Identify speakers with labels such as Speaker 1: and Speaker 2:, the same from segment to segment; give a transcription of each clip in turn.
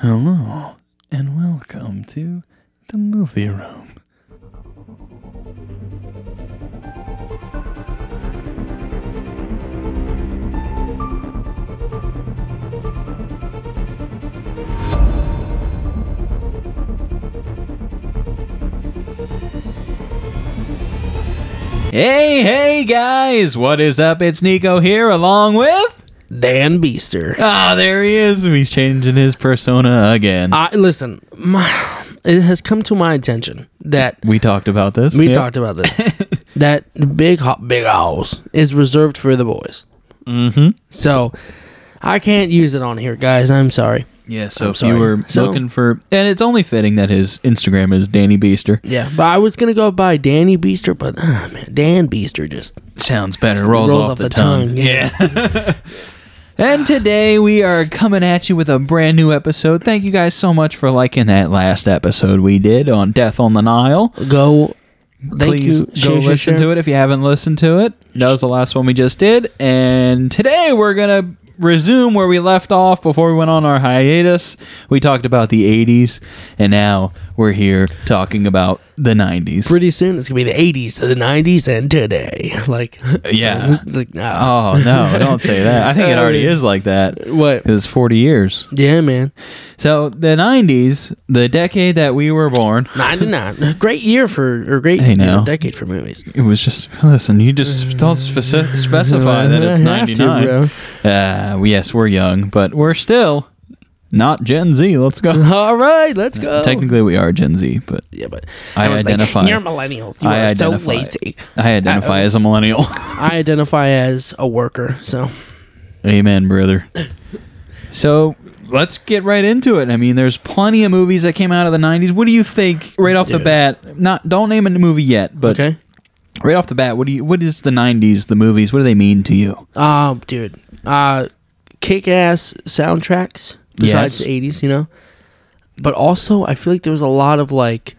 Speaker 1: Hello, and welcome to the movie room. Hey, hey guys, what is up? It's Nico here along with.
Speaker 2: Dan Beaster.
Speaker 1: Ah, there he is. He's changing his persona again.
Speaker 2: I listen. My, it has come to my attention that
Speaker 1: we talked about this.
Speaker 2: we
Speaker 1: Yep.
Speaker 2: talked about this. that big ho- big house is reserved for the boys.
Speaker 1: Mhm.
Speaker 2: So I can't use it on here, guys. I'm sorry.
Speaker 1: Yeah, so
Speaker 2: I'm
Speaker 1: if
Speaker 2: sorry.
Speaker 1: you were
Speaker 2: So-
Speaker 1: looking for, and it's only fitting that his Instagram is Danny Beaster.
Speaker 2: Yeah, but I was gonna go by Danny Beaster, but ah, man, Dan Beaster just
Speaker 1: Sounds better. Rolls, off, the, tongue.
Speaker 2: Yeah.
Speaker 1: And today we are coming at you with a brand new episode. Thank you guys so much for liking that last episode we did on Death on the Nile.
Speaker 2: go. Thank
Speaker 1: Please
Speaker 2: you.
Speaker 1: go listen to it if you haven't listened to it. That was the last one we just did. And today we're going to resume where we left off before we went on our hiatus. We talked about the 80s, and now we're here talking about the 90s.
Speaker 2: Pretty soon it's gonna be the '80s, the '90s, and today. Like,
Speaker 1: Yeah.
Speaker 2: like nah.
Speaker 1: Oh no! Don't say that. I think it already is like that.
Speaker 2: what?
Speaker 1: It's forty years.
Speaker 2: Yeah, man.
Speaker 1: So the '90s, the decade that we were born,
Speaker 2: 99. Great year for, or great
Speaker 1: Hey,
Speaker 2: you know,
Speaker 1: now.
Speaker 2: decade for movies.
Speaker 1: it was just listen. You just don't speci- specify that it's
Speaker 2: Mm. I have to,
Speaker 1: '99.
Speaker 2: bro.
Speaker 1: Uh, yes, we're young, but we're still not Gen Z. Let's go.
Speaker 2: All right, let's go.
Speaker 1: Technically, we are Gen Z, but
Speaker 2: yeah, but
Speaker 1: I
Speaker 2: everyone's like,
Speaker 1: identify-
Speaker 2: You're Uh, millennials. You
Speaker 1: I
Speaker 2: are so
Speaker 1: identify-
Speaker 2: lazy.
Speaker 1: I identify as a millennial.
Speaker 2: I identify as a worker. So
Speaker 1: Amen, brother. So let's get right into it. I mean, there's plenty of movies that came out of the '90s. What do you think right off the
Speaker 2: Dude.
Speaker 1: bat? Not don't name a movie yet, but
Speaker 2: okay.
Speaker 1: right off the bat, what do you? What is the '90s? The movies? What do they mean to you?
Speaker 2: Um, dude. Uh, kick-ass soundtracks
Speaker 1: Yes.
Speaker 2: besides the 80s, you know. But also, I feel like there was a lot of like,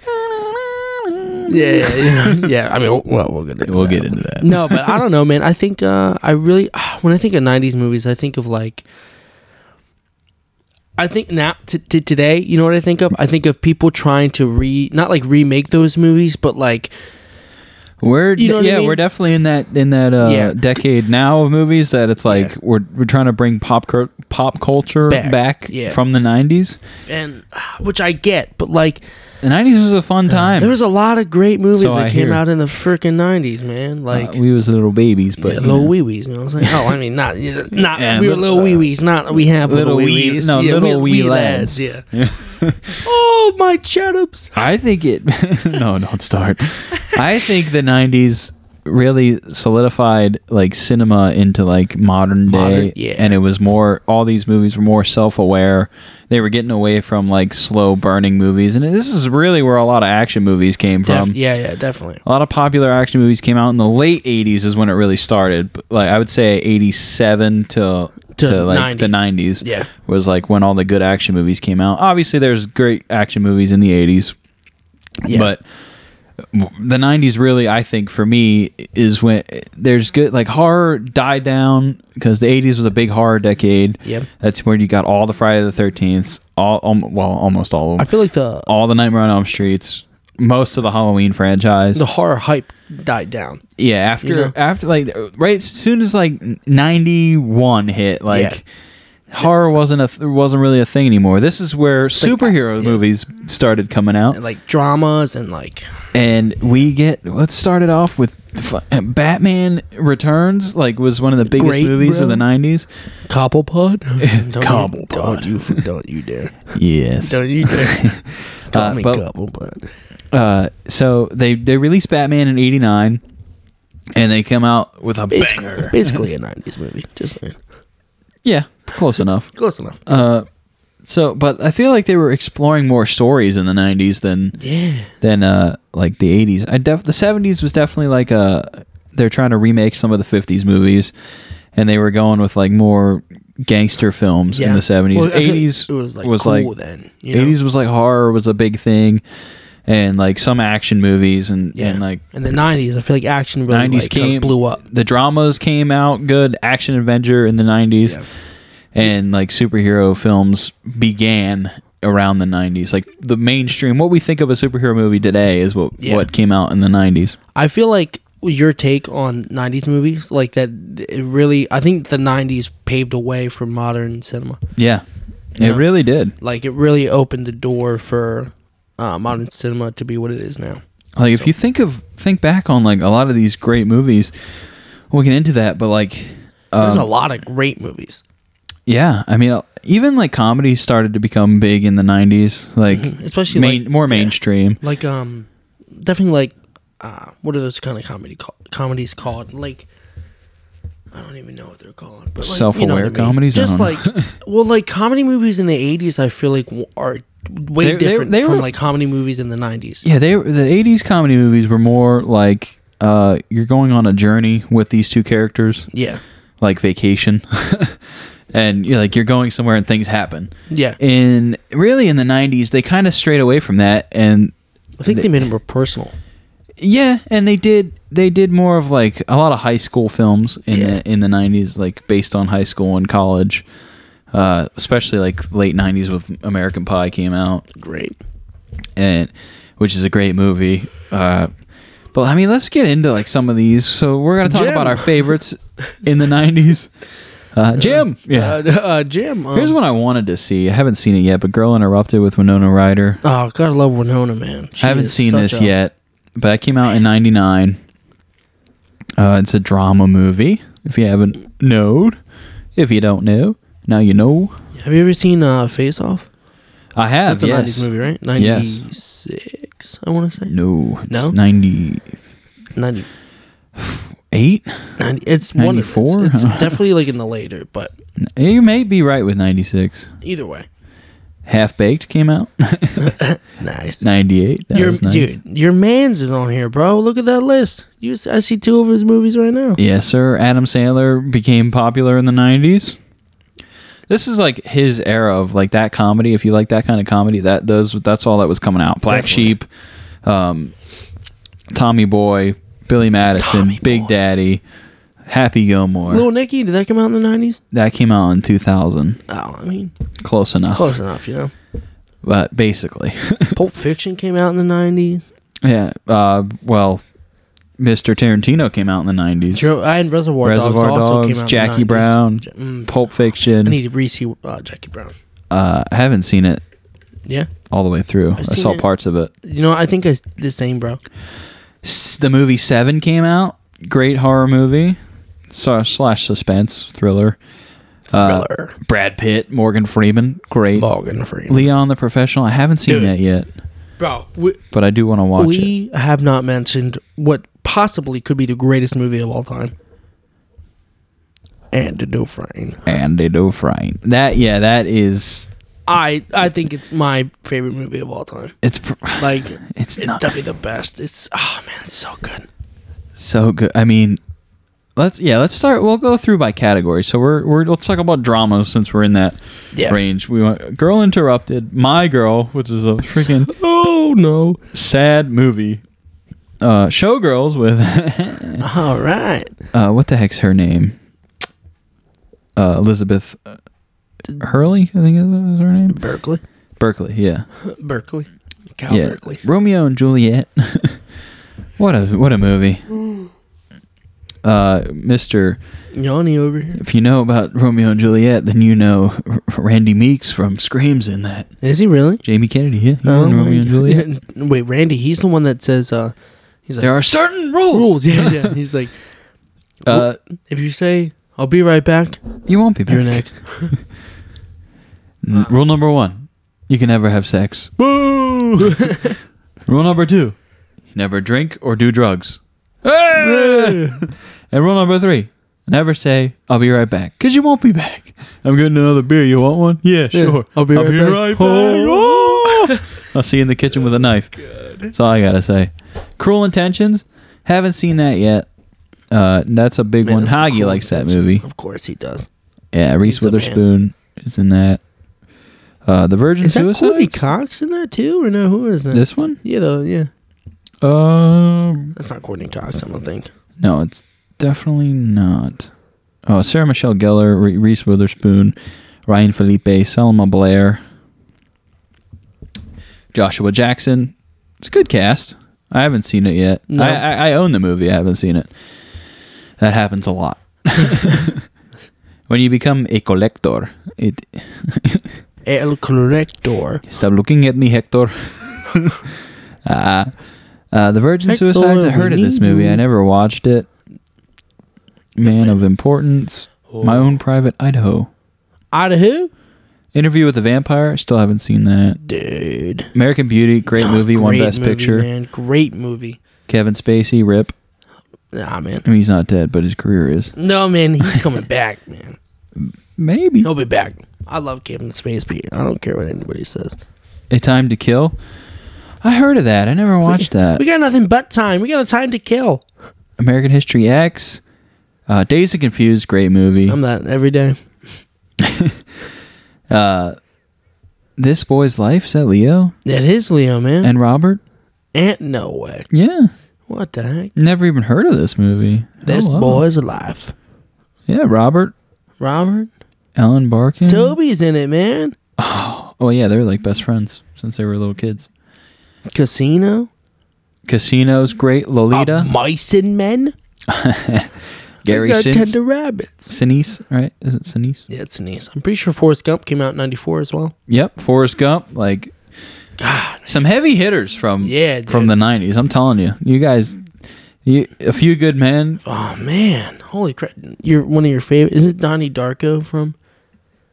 Speaker 2: yeah, yeah, yeah. yeah. I mean, well, we'll get into
Speaker 1: We'll
Speaker 2: that.
Speaker 1: get into that.
Speaker 2: no, but I don't know, man. I think uh, I really when I think of '90s movies, I think of like I think now to t- today, you know what I think of? I think of people trying to re not like remake those movies, but like
Speaker 1: We're
Speaker 2: You know what I
Speaker 1: yeah,
Speaker 2: mean?
Speaker 1: we're definitely in that in that uh,
Speaker 2: Yeah.
Speaker 1: decade now of movies that it's like
Speaker 2: Yeah.
Speaker 1: we're we're trying to bring pop cur- pop culture back,
Speaker 2: Back, yeah.
Speaker 1: from the '90s.
Speaker 2: and which I get, but like
Speaker 1: The '90s was a fun time.
Speaker 2: there was a lot of great movies
Speaker 1: So
Speaker 2: that
Speaker 1: I
Speaker 2: came
Speaker 1: hear.
Speaker 2: out in the freaking '90s, man.
Speaker 1: Uh,
Speaker 2: Like.
Speaker 1: we was little babies, but
Speaker 2: but
Speaker 1: you
Speaker 2: little
Speaker 1: know.
Speaker 2: wee wees, you know what I'm saying? Oh, I mean, not, you know, not
Speaker 1: Yeah, uh,
Speaker 2: we were little wee wees, not we have
Speaker 1: little
Speaker 2: little,
Speaker 1: wee-
Speaker 2: wee wees.
Speaker 1: no, little wee lads.
Speaker 2: yeah. oh, my chatups.
Speaker 1: I think it. no, don't start. I think the '90s really solidified like cinema into like modern day,
Speaker 2: Modern- yeah.
Speaker 1: and it was more. All these movies were more self-aware. They were getting away from like slow burning movies, and this is really where a lot of action movies came
Speaker 2: Def-
Speaker 1: from.
Speaker 2: Um, yeah, yeah, definitely.
Speaker 1: A lot of popular action movies came out in the late '80s, is when it really started. But, Like I would say '87 to to,
Speaker 2: To
Speaker 1: like
Speaker 2: 90.
Speaker 1: the '90s
Speaker 2: Yeah.
Speaker 1: was like when all the good action movies came out. Obviously, there's great action movies in the '80s,
Speaker 2: Yeah.
Speaker 1: but the 90s really i think for me is when there's good like horror died down because the 80s was a big horror decade
Speaker 2: Yep.
Speaker 1: that's where you got all the friday the 13th all um, well almost all of
Speaker 2: I
Speaker 1: them
Speaker 2: feel like the
Speaker 1: all the nightmare on elm streets most of the halloween franchise
Speaker 2: the horror hype died down.
Speaker 1: yeah after
Speaker 2: you know?
Speaker 1: after like uh, right as soon as like 91 hit like horror wasn't a th- wasn't really a thing anymore this is where superhero
Speaker 2: yeah.
Speaker 1: movies started coming out
Speaker 2: And like dramas and like
Speaker 1: and we get let's start it off with fu- Batman Returns. Like was one of the biggest
Speaker 2: Great,
Speaker 1: movies of
Speaker 2: bro.
Speaker 1: the '90s.
Speaker 2: Cobblepot. don't You,
Speaker 1: Cobblepot.
Speaker 2: don't you don't you dare.
Speaker 1: Yes.
Speaker 2: Don't you dare. Call
Speaker 1: Uh,
Speaker 2: me
Speaker 1: but-
Speaker 2: Cobblepot.
Speaker 1: Uh, so they they released Batman in '89, and they come out with a
Speaker 2: Basically,
Speaker 1: banger.
Speaker 2: basically a nineties movie. Just saying.
Speaker 1: Yeah, close enough.
Speaker 2: close enough.
Speaker 1: Uh, so but I feel like they were exploring more stories in the '90s than
Speaker 2: yeah.
Speaker 1: than uh like the 80s. I def- the 70s was definitely like uh they're trying to remake some of the 50s movies and they were going with like more gangster films in
Speaker 2: Yeah.
Speaker 1: the 70s.
Speaker 2: Well, I feel like
Speaker 1: 80s
Speaker 2: it was like
Speaker 1: was
Speaker 2: cool
Speaker 1: like
Speaker 2: then. You know?
Speaker 1: 80s was like horror was a big thing and like some action movies and
Speaker 2: yeah.
Speaker 1: and like
Speaker 2: in the nineties, I feel like action really
Speaker 1: 90s
Speaker 2: 90s like, kinda
Speaker 1: came-
Speaker 2: blew up.
Speaker 1: the dramas came out good, action adventure in the 90s
Speaker 2: Yeah.
Speaker 1: and like superhero films began around the 90s. Like the mainstream, what we think of a superhero movie today is what
Speaker 2: Yeah.
Speaker 1: what came out in the 90s.
Speaker 2: I feel like your take on 90s movies like that it really I think the 90s paved a way for modern cinema.
Speaker 1: Yeah.
Speaker 2: Yeah.
Speaker 1: It really did.
Speaker 2: Like it really opened the door for uh, modern cinema to be what it is now.
Speaker 1: Like
Speaker 2: So-
Speaker 1: if you think of think back on like a lot of these great movies, we'll get into that, but like
Speaker 2: There's a
Speaker 1: um,
Speaker 2: lot of great movies.
Speaker 1: yeah, I mean uh, even like comedy started to become big in the 90s, like
Speaker 2: Mhm. Especially
Speaker 1: main,
Speaker 2: like,
Speaker 1: more
Speaker 2: yeah.
Speaker 1: mainstream.
Speaker 2: like um definitely like uh what are those kind of comedy call- comedies called like i don't even know what they're called but like, you know
Speaker 1: Self-aware
Speaker 2: what I mean.
Speaker 1: comedies? I
Speaker 2: just
Speaker 1: don't
Speaker 2: like well like comedy movies in the 80s i feel like w- are way
Speaker 1: They- they-
Speaker 2: different
Speaker 1: they
Speaker 2: from
Speaker 1: were-
Speaker 2: like comedy movies in the 90s
Speaker 1: Yeah, they the '80s comedy movies were more like uh, you're going on a journey with these two characters,
Speaker 2: yeah
Speaker 1: like vacation, and you're like you're going somewhere and things happen.
Speaker 2: yeah
Speaker 1: And really, in the '90s, they kind of strayed away from that, and
Speaker 2: i think
Speaker 1: They-
Speaker 2: they, made them more personal
Speaker 1: yeah, and they did they did more of like a lot of high school films in
Speaker 2: Yeah.
Speaker 1: the in the '90s, like based on high school and college. Uh, especially like late 90s with american pie came out
Speaker 2: great
Speaker 1: and which is a great movie. Uh, but I mean, let's get into like some of these. So we're gonna talk
Speaker 2: Jim.
Speaker 1: about our favorites in the '90s. Uh, Jim, yeah.
Speaker 2: uh, uh jim um,
Speaker 1: Here's one I wanted to see. I haven't seen it yet, but Girl Interrupted with Winona Ryder.
Speaker 2: oh god i love winona man She
Speaker 1: I haven't
Speaker 2: is
Speaker 1: seen
Speaker 2: such
Speaker 1: this
Speaker 2: a-
Speaker 1: yet, but that came out in '99. Uh, it's a drama movie. If you haven't known, if you don't know, now you know.
Speaker 2: have you ever seen uh face off
Speaker 1: I have.
Speaker 2: that's a
Speaker 1: yes.
Speaker 2: 90s movie right 96 i want to say
Speaker 1: No, it's
Speaker 2: No?
Speaker 1: ninety-eight,
Speaker 2: 90 90, it's one of- it's-
Speaker 1: 94?
Speaker 2: It's, definitely like in the later, but
Speaker 1: You may be right with 96.
Speaker 2: either way,
Speaker 1: Half Baked came out.
Speaker 2: nice.
Speaker 1: 98. That
Speaker 2: Your
Speaker 1: was nice.
Speaker 2: dude, your man's is on here, bro. Look at that list. You, s- I see two of his movies right now.
Speaker 1: Yes, sir. Adam Sandler became popular in the 90s. This is like his era of like that comedy. If you like that kind of comedy, that those that's all that was coming out. Black
Speaker 2: Definitely.
Speaker 1: Sheep, um, Tommy Boy, Billy Madison,
Speaker 2: Tommy
Speaker 1: Big
Speaker 2: Boy.
Speaker 1: Daddy, Happy Gilmore.
Speaker 2: Little Nicky, did that come out in the nineties?
Speaker 1: that came out in 2000.
Speaker 2: Oh, I mean,
Speaker 1: Close enough.
Speaker 2: close enough, you know.
Speaker 1: But basically,
Speaker 2: Pulp Fiction came out in the nineties.
Speaker 1: yeah. Uh, well, Mr. Tarantino came out in the 90s.
Speaker 2: I and Reservoir, Dogs
Speaker 1: Reservoir
Speaker 2: also came
Speaker 1: Dogs,
Speaker 2: out.
Speaker 1: Jackie
Speaker 2: in the 90s.
Speaker 1: Brown.
Speaker 2: Ja- mm,
Speaker 1: Pulp
Speaker 2: I
Speaker 1: Fiction.
Speaker 2: need to re-see uh, Jackie Brown.
Speaker 1: Uh, I haven't seen it
Speaker 2: Yeah,
Speaker 1: all the way through. i
Speaker 2: I've seen
Speaker 1: saw
Speaker 2: it.
Speaker 1: parts of it.
Speaker 2: you know, I think I s- the same, bro.
Speaker 1: S- The movie Seven came out. Great horror movie, so, slash suspense thriller. Uh,
Speaker 2: Thriller,
Speaker 1: Brad Pitt, Morgan Freeman, great.
Speaker 2: Morgan Freeman,
Speaker 1: Leon the Professional. I haven't seen
Speaker 2: Dude.
Speaker 1: that yet,
Speaker 2: bro. We,
Speaker 1: but I do want to watch it.
Speaker 2: we have not mentioned what possibly could be the greatest movie of all time. And the Dufresne.
Speaker 1: Andy Dufresne. That yeah, that is.
Speaker 2: I I think it's my favorite movie of all time.
Speaker 1: It's pr-
Speaker 2: Like
Speaker 1: it's,
Speaker 2: it's
Speaker 1: not
Speaker 2: definitely the best. It's oh man, it's so good.
Speaker 1: so good. I mean, let's yeah, let's start. We'll go through by category. So we're we're let's talk about dramas since we're in that
Speaker 2: Yeah.
Speaker 1: range. We went Girl Interrupted, My Girl, which is a freaking
Speaker 2: Oh no.
Speaker 1: sad movie. Uh, Showgirls with
Speaker 2: All right.
Speaker 1: uh, what the heck's her name? Uh, Elizabeth Hurley, I think is is her name.
Speaker 2: Berkeley.
Speaker 1: Berkeley, yeah,
Speaker 2: Berkeley. Cal
Speaker 1: yeah.
Speaker 2: Berkeley.
Speaker 1: Romeo and Juliet. what a what a movie.
Speaker 2: Mm.
Speaker 1: Uh, Mister,
Speaker 2: Yanni over here.
Speaker 1: if you know about Romeo and Juliet, then you know R- Randy Meeks from Screams in that.
Speaker 2: Is he really?
Speaker 1: Jamie Kennedy, yeah, he's in
Speaker 2: Oh my
Speaker 1: Romeo and
Speaker 2: God.
Speaker 1: Juliet.
Speaker 2: Yeah. Wait, Randy, he's the one that says uh he's like
Speaker 1: There are certain rules.
Speaker 2: rules. Yeah, yeah. He's like
Speaker 1: Uh,
Speaker 2: if you say I'll be right back,
Speaker 1: you won't be back.
Speaker 2: you're next.
Speaker 1: N- Rule number one: you can never have sex.
Speaker 2: Boo!
Speaker 1: Rule number two: you never drink or do drugs. Hey! and rule number three: never say "I'll be right back" because you won't be back. I'm getting another beer. You want one? Yeah, sure.
Speaker 2: I'll be right back. Oh.
Speaker 1: Oh. I'll see you in the kitchen with a knife. That's all I gotta say. Cruel Intentions. Haven't seen that yet. Uh, that's a big
Speaker 2: Man,
Speaker 1: one.
Speaker 2: that's some
Speaker 1: Hagi
Speaker 2: cool
Speaker 1: likes that
Speaker 2: inventions.
Speaker 1: movie.
Speaker 2: Of course he does.
Speaker 1: Yeah, Reese
Speaker 2: the man.
Speaker 1: Witherspoon is in that. Uh, the Virgin
Speaker 2: Is that Courtney
Speaker 1: Suicides.
Speaker 2: Cox in that too, or no? Who is that?
Speaker 1: This one?
Speaker 2: yeah, though. Yeah,
Speaker 1: Um,
Speaker 2: that's not Courtney Cox. I don't think.
Speaker 1: no, it's definitely not. Oh, Sarah Michelle Gellar, Re- Reese Witherspoon, Ryan Felipe, Selma Blair. Joshua Jackson. It's a good cast. I haven't seen it yet.
Speaker 2: No.
Speaker 1: I, I, I own the movie. I haven't seen it. That happens a lot. when you become a collector, it
Speaker 2: El Corrector.
Speaker 1: stop looking at me, Hector. uh, uh, the Virgin
Speaker 2: Hector,
Speaker 1: Suicides. I
Speaker 2: we
Speaker 1: heard of this
Speaker 2: need
Speaker 1: movie.
Speaker 2: you.
Speaker 1: I never watched it. Man of Importance. My
Speaker 2: Oh.
Speaker 1: own private Idaho.
Speaker 2: Out of who?
Speaker 1: Interview with the Vampire. Still haven't seen that.
Speaker 2: Dude. Ah,
Speaker 1: American Beauty. Great movie. One
Speaker 2: Oh, Great
Speaker 1: best
Speaker 2: movie,
Speaker 1: picture.
Speaker 2: Man. Great movie.
Speaker 1: Kevin Spacey. Rip.
Speaker 2: Nah, man.
Speaker 1: I mean, he's not dead, but his career is.
Speaker 2: No, man. He's coming back, man.
Speaker 1: Maybe.
Speaker 2: He'll be back. I love Kevin Spacey. I don't care what anybody says.
Speaker 1: A Time to Kill. I heard of that. I never watched that.
Speaker 2: We got nothing but time. We got a time to kill.
Speaker 1: American History X. Uh, Days of Confused. Great movie.
Speaker 2: I'm that every day.
Speaker 1: Uh, this Boy's Life. Is that Leo?
Speaker 2: It is Leo, man. And,
Speaker 1: And Robert?
Speaker 2: no way.
Speaker 1: Yeah.
Speaker 2: What the heck?
Speaker 1: Never even heard of this movie.
Speaker 2: This
Speaker 1: Oh, wow.
Speaker 2: boy's alive.
Speaker 1: Yeah, Robert.
Speaker 2: Robert?
Speaker 1: Alan Barkin.
Speaker 2: Toby's in it, man.
Speaker 1: Oh, yeah. They're like best friends since they were little kids.
Speaker 2: Casino.
Speaker 1: Casinos. Great. Lolita.
Speaker 2: Uh, mice and men.
Speaker 1: Gary
Speaker 2: we gotta
Speaker 1: Sin-
Speaker 2: tend to rabbits.
Speaker 1: Sinise. Right? Is it Sinise?
Speaker 2: Yeah, it's nice. I'm pretty sure Forrest Gump came out in 94 as well.
Speaker 1: Yep, Forrest Gump, like some heavy hitters from
Speaker 2: Yeah, dude.
Speaker 1: Mm. from the '90s. I'm telling you, you guys, you, a few good men.
Speaker 2: Oh, man. Holy crap. You're one of your favorite. Is it Donnie Darko from?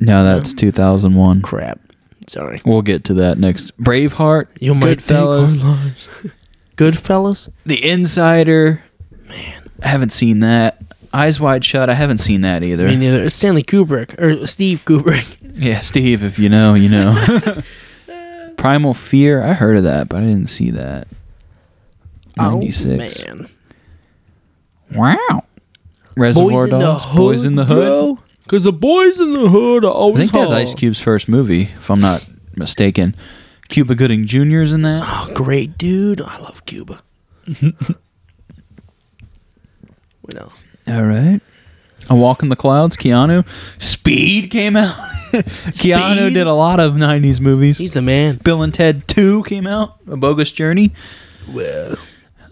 Speaker 1: No, that's
Speaker 2: Mm.
Speaker 1: 2001.
Speaker 2: Crap. Sorry.
Speaker 1: We'll get to that next. Braveheart,
Speaker 2: You might
Speaker 1: Goodfellas,
Speaker 2: think our lives. Goodfellas?
Speaker 1: The Insider. Man, I haven't seen that. Eyes Wide Shut. I haven't seen that either.
Speaker 2: Me neither. It's Stanley Kubrick or Steve Kubrick.
Speaker 1: yeah, Steve, if you know, you know. Primal Fear. I heard of that, but I didn't see that. '96.
Speaker 2: Oh, man.
Speaker 1: wow. Reservoir
Speaker 2: Boys in the
Speaker 1: Dogs.
Speaker 2: hood.
Speaker 1: Boys in the Hood.
Speaker 2: Because the boys in the hood are always
Speaker 1: I think that's
Speaker 2: hot.
Speaker 1: Ice Cube's first movie, if I'm not mistaken. Cuba Gooding Jr. is in that.
Speaker 2: Oh, great, dude. I love Cuba. what else?
Speaker 1: All right. A Walk in the Clouds, Keanu. Speed came out. Keanu
Speaker 2: Speed?
Speaker 1: did a lot of 90s movies.
Speaker 2: He's the man.
Speaker 1: Bill and Ted 2 came out. A Bogus Journey.
Speaker 2: Well,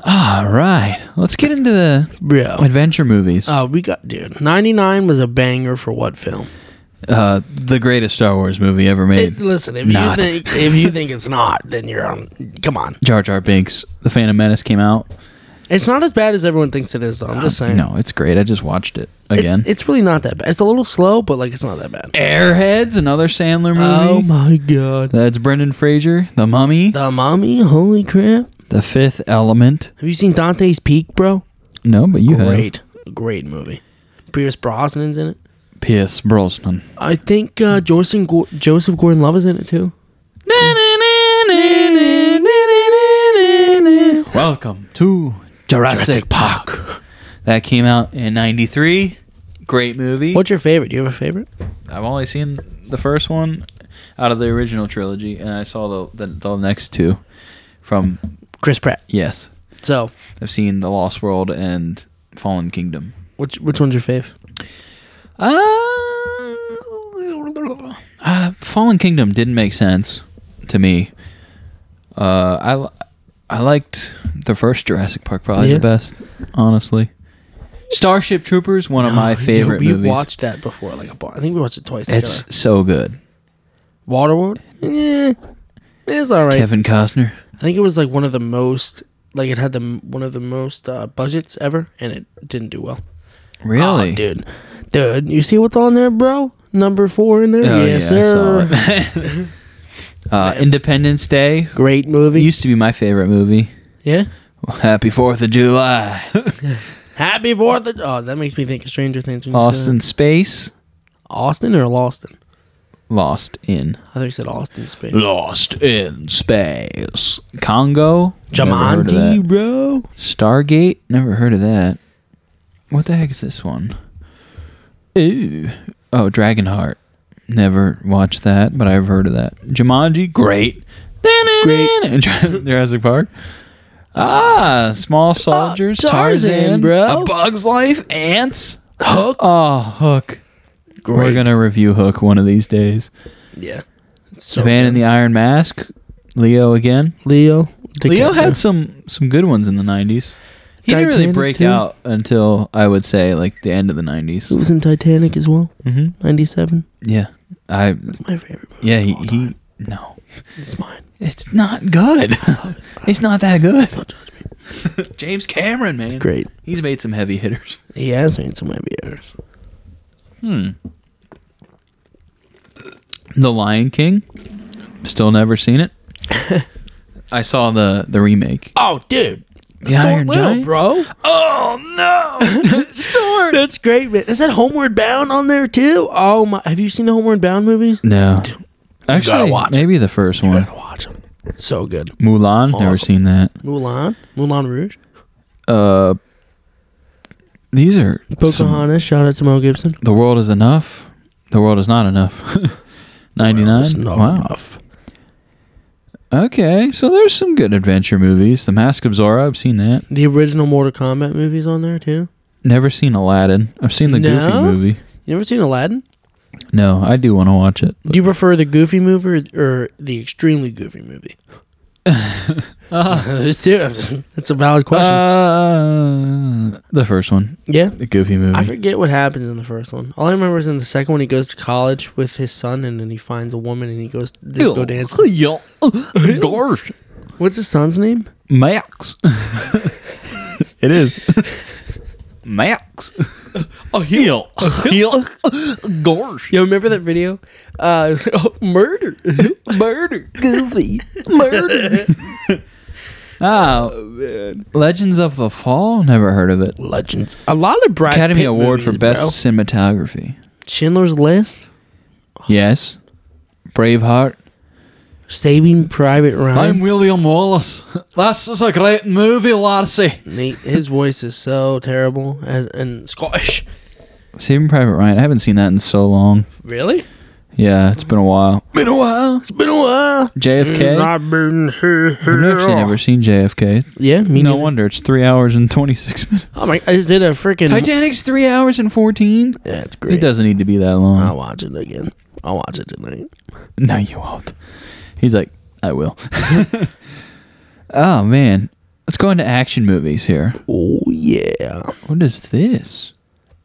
Speaker 1: All right. Let's get into the
Speaker 2: bro.
Speaker 1: adventure movies.
Speaker 2: Oh, we got, dude. 99 was a banger for what film?
Speaker 1: Uh, the greatest Star Wars movie ever
Speaker 2: It,
Speaker 1: made.
Speaker 2: listen, if
Speaker 1: not.
Speaker 2: you think if you think it's not, then you're on. Come on,
Speaker 1: Jar Jar Binks, The Phantom Menace came out.
Speaker 2: it's not as bad as everyone thinks it is. Though. I'm just saying.
Speaker 1: Uh, No, it's great. I just watched it
Speaker 2: it's,
Speaker 1: again.
Speaker 2: it's really not that bad. It's a little slow, but like it's not that bad.
Speaker 1: Airheads, another Sandler movie.
Speaker 2: Oh my god.
Speaker 1: That's Brendan Fraser, The Mummy,
Speaker 2: The mommy, holy crap.
Speaker 1: The Fifth Element.
Speaker 2: Have you seen Dante's Peak, bro?
Speaker 1: No, but you
Speaker 2: Great. Great movie. Pierce Brosnan's in it.
Speaker 1: have Pierce Brosnan.
Speaker 2: I think uh, Joseph, Go- Joseph Gordon Love is in it too.
Speaker 1: Welcome to Jurassic, Park. That came out in '93. Great movie.
Speaker 2: What's your favorite? Do you have a favorite?
Speaker 1: I've only seen the first one out of the original trilogy, and I saw the the, the next two from
Speaker 2: Chris Pratt.
Speaker 1: yes.
Speaker 2: So,
Speaker 1: I've seen The Lost World and Fallen Kingdom.
Speaker 2: which which one's your fave?
Speaker 1: Uh, uh, Fallen Kingdom didn't make sense to me. Uh, I li- I liked the first Jurassic Park probably
Speaker 2: Yeah.
Speaker 1: the best, honestly. Starship Troopers, one of my favorite
Speaker 2: we
Speaker 1: movies.
Speaker 2: watched that before, like a bar. I think we watched it twice.
Speaker 1: it's
Speaker 2: together.
Speaker 1: so good.
Speaker 2: Waterworld. Yeah, it's all right.
Speaker 1: Kevin Costner.
Speaker 2: I think it was like one of the most, like it had the m- one of the most uh, budgets ever, and it didn't do well.
Speaker 1: Really?
Speaker 2: Oh, dude. Dude, you see what's on there, bro? Number four in there?
Speaker 1: Oh,
Speaker 2: yes,
Speaker 1: yeah, I saw
Speaker 2: sir.
Speaker 1: it. uh, Independence Day
Speaker 2: Great movie.
Speaker 1: used to be my favorite movie.
Speaker 2: yeah.
Speaker 1: Well, happy Fourth of July.
Speaker 2: Happy Fourth. Of- oh, that makes me think of Stranger Things. When you said
Speaker 1: Lost in Space.
Speaker 2: that. Austin or Lawston?
Speaker 1: Lost in.
Speaker 2: I think you said Austin Space.
Speaker 1: Lost in space. Congo. Never heard of that.
Speaker 2: Jumanji, bro.
Speaker 1: Stargate. Never heard of that. What the heck is this one? Ooh. Oh, Dragonheart. Never watched that, but I've heard of that. Jumanji. Great. Great. Jurassic Park. Ah, small soldiers.
Speaker 2: Oh, Tarzan,
Speaker 1: Tarzan,
Speaker 2: bro.
Speaker 1: A Bug's Life. Ants.
Speaker 2: Hook.
Speaker 1: Oh, Hook. We're
Speaker 2: Great.
Speaker 1: gonna review Hook one of these days.
Speaker 2: yeah. So
Speaker 1: the Man in
Speaker 2: good.
Speaker 1: the Iron Mask. Leo again.
Speaker 2: Leo.
Speaker 1: Leo
Speaker 2: DiCaprio.
Speaker 1: had some some good ones in the '90s. He didn't really
Speaker 2: Titanic,
Speaker 1: break
Speaker 2: too.
Speaker 1: out until I would say like the end of the
Speaker 2: He
Speaker 1: '90s.
Speaker 2: was in Titanic as well.
Speaker 1: Mm-hmm.
Speaker 2: Ninety seven.
Speaker 1: Yeah, I
Speaker 2: It's my favorite movie.
Speaker 1: yeah
Speaker 2: of
Speaker 1: he,
Speaker 2: all
Speaker 1: he
Speaker 2: time.
Speaker 1: no,
Speaker 2: It's mine.
Speaker 1: it's not good. it's not that good.
Speaker 2: Don't judge me.
Speaker 1: James Cameron, man,
Speaker 2: It's great.
Speaker 1: he's made some heavy hitters.
Speaker 2: He has made some heavy hitters.
Speaker 1: Hmm. The Lion King. Still never seen it. I saw the the remake.
Speaker 2: Oh, dude.
Speaker 1: The
Speaker 2: Stuart
Speaker 1: Iron
Speaker 2: Little,
Speaker 1: Giant?
Speaker 2: bro.
Speaker 1: Oh no, Stuart!
Speaker 2: That's great, man. Is that Homeward Bound on there too? Oh my! Have you seen the Homeward Bound movies?
Speaker 1: No, actually,
Speaker 2: watch it.
Speaker 1: maybe the first
Speaker 2: You
Speaker 1: one.
Speaker 2: gotta watch them. So good.
Speaker 1: Mulan. Never
Speaker 2: Awesome.
Speaker 1: seen that.
Speaker 2: Mulan, Moulin Rouge,
Speaker 1: Uh, these are some-
Speaker 2: Pocahontas. Shout out to Mel Gibson.
Speaker 1: the world is enough. The world is not enough. Ninety
Speaker 2: Well,
Speaker 1: nine.
Speaker 2: that's not
Speaker 1: wow.
Speaker 2: enough.
Speaker 1: Okay, so there's some good adventure movies. The Mask of Zorro. I've seen that.
Speaker 2: The original Mortal Kombat movies on there too.
Speaker 1: Never seen Aladdin. I've seen the Goofy
Speaker 2: No?
Speaker 1: movie.
Speaker 2: You never seen Aladdin?
Speaker 1: No, I do want to watch it.
Speaker 2: Do you prefer the Goofy movie or, or the extremely Goofy movie? Those two. That's a valid question.
Speaker 1: Uh, the first one,
Speaker 2: yeah.
Speaker 1: the Goofy movie.
Speaker 2: I forget what happens in the first one. All I remember is in the second one, he goes to college with his son, and then he finds a woman, and he goes disco
Speaker 1: Ew.
Speaker 2: dance.
Speaker 1: Yo. Gosh.
Speaker 2: What's his son's name?
Speaker 1: Max. it is. Max.
Speaker 2: Oh, heel.
Speaker 1: Heel. Gosh.
Speaker 2: Yo, remember that video? Uh, it was like, oh, murder.
Speaker 1: Murder. Goofy. Murder. oh,
Speaker 2: Man.
Speaker 1: Legends of the Fall? Never heard of it.
Speaker 2: Legends. A lot of Brad
Speaker 1: Academy
Speaker 2: Pitt
Speaker 1: Award
Speaker 2: movies,
Speaker 1: for Best
Speaker 2: bro.
Speaker 1: Cinematography.
Speaker 2: Schindler's List.
Speaker 1: Yes. Braveheart.
Speaker 2: Saving Private Ryan.
Speaker 1: William Wallace. This is a great movie, Larcy.
Speaker 2: Nate, his voice is so terrible as and Scottish.
Speaker 1: Saving Private Ryan. I haven't seen that in so long.
Speaker 2: Really?
Speaker 1: Yeah, it's been a while.
Speaker 2: Been a while. It's been a while.
Speaker 1: JFK.
Speaker 2: Mm, I've been here.
Speaker 1: I've actually never seen JFK.
Speaker 2: Yeah, me
Speaker 1: no
Speaker 2: neither.
Speaker 1: wonder it's three hours and twenty six minutes.
Speaker 2: Oh my! I just did a freaking.
Speaker 1: Titanic's three hours and fourteen.
Speaker 2: Yeah, it's
Speaker 1: It
Speaker 2: great. Oh.
Speaker 1: doesn't need to be that long.
Speaker 2: I'll watch it again. I'll watch it tonight.
Speaker 1: No, you won't. He's like, I will. oh man, let's go into action movies here.
Speaker 2: Oh yeah,
Speaker 1: What is this?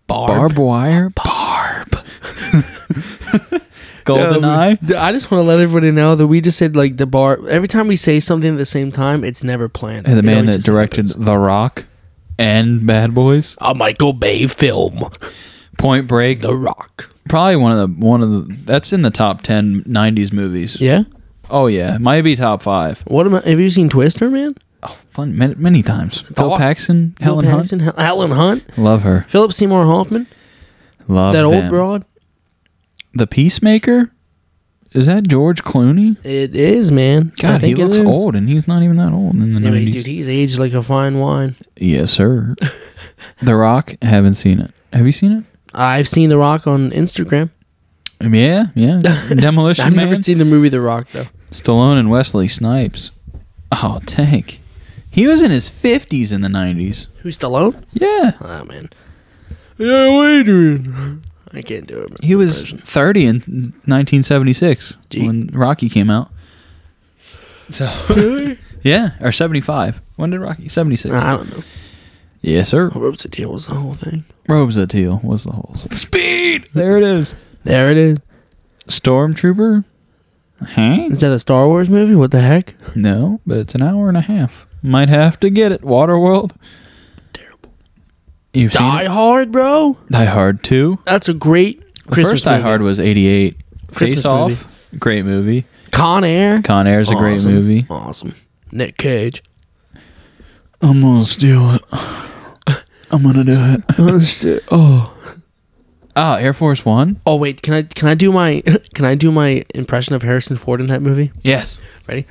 Speaker 2: Barb.
Speaker 1: Barbed wire. Barb. Golden eye.
Speaker 2: Dude, I just want to let everybody know that we just said like the bar. Every time we say something at the same time, it's never planned.
Speaker 1: And the
Speaker 2: It
Speaker 1: man
Speaker 2: always
Speaker 1: that
Speaker 2: just
Speaker 1: directed
Speaker 2: happens.
Speaker 1: The Rock and Bad Boys.
Speaker 2: a Michael Bay film,
Speaker 1: Point Break.
Speaker 2: The Rock.
Speaker 1: Probably one of the one of the that's in the top 10 90s movies.
Speaker 2: Yeah.
Speaker 1: Oh yeah, might be top five.
Speaker 2: What am I, have you seen Twister, man?
Speaker 1: Oh, fun many, many times. Bill
Speaker 2: awesome.
Speaker 1: Paxton,
Speaker 2: Bill
Speaker 1: Helen Hunt,
Speaker 2: Paxton, Hel- Helen Hunt,
Speaker 1: love her,
Speaker 2: Philip Seymour Hoffman,
Speaker 1: love
Speaker 2: that
Speaker 1: them.
Speaker 2: old broad.
Speaker 1: The Peacemaker, is that George Clooney?
Speaker 2: It is, man. I
Speaker 1: God, he
Speaker 2: think it
Speaker 1: looks
Speaker 2: is.
Speaker 1: old, and he's not even that old in the
Speaker 2: Yeah, but
Speaker 1: nineties.
Speaker 2: dude, he's aged like a fine wine.
Speaker 1: yes, sir. the Rock, haven't seen it. Have you seen it?
Speaker 2: I've seen The Rock on Instagram.
Speaker 1: Um, Yeah, yeah. Demolition
Speaker 2: I've
Speaker 1: Man.
Speaker 2: never seen the movie The Rock though.
Speaker 1: Stallone and Wesley Snipes. Oh, tank. He was in his fifties in the nineties.
Speaker 2: Who's Stallone?
Speaker 1: Yeah,
Speaker 2: Oh man. Yeah, Adrian. I can't do it. man.
Speaker 1: he was
Speaker 2: Impression.
Speaker 1: thirty in nineteen seventy six
Speaker 2: Gee.
Speaker 1: when Rocky came out. So. Yeah, or 75. When did Rocky? 76.
Speaker 2: I don't know.
Speaker 1: yes, sir.
Speaker 2: What was the deal? Was the whole thing?
Speaker 1: Robes of Teal was the whole speed. There it is.
Speaker 2: There it is.
Speaker 1: Stormtrooper? Huh?
Speaker 2: Is that a Star Wars movie? What the heck?
Speaker 1: No, but it's an hour and a half. Might have to get it. Waterworld.
Speaker 2: Terrible.
Speaker 1: You've
Speaker 2: Die
Speaker 1: seen it?
Speaker 2: Hard, bro.
Speaker 1: Die Hard 2.
Speaker 2: That's a great
Speaker 1: The
Speaker 2: Christmas
Speaker 1: first Die
Speaker 2: movie.
Speaker 1: Hard was 88.
Speaker 2: Christmas
Speaker 1: Face Off. Great movie.
Speaker 2: Con Air.
Speaker 1: Con Air's a great
Speaker 2: Awesome.
Speaker 1: movie.
Speaker 2: Awesome. Nick Cage.
Speaker 1: I'm going to steal it. I'm going to do it.
Speaker 2: oh.
Speaker 1: Ah, Air Force One?
Speaker 2: Oh wait, can I can I do my can I do my impression of Harrison Ford in that movie?
Speaker 1: Yes.
Speaker 2: Ready?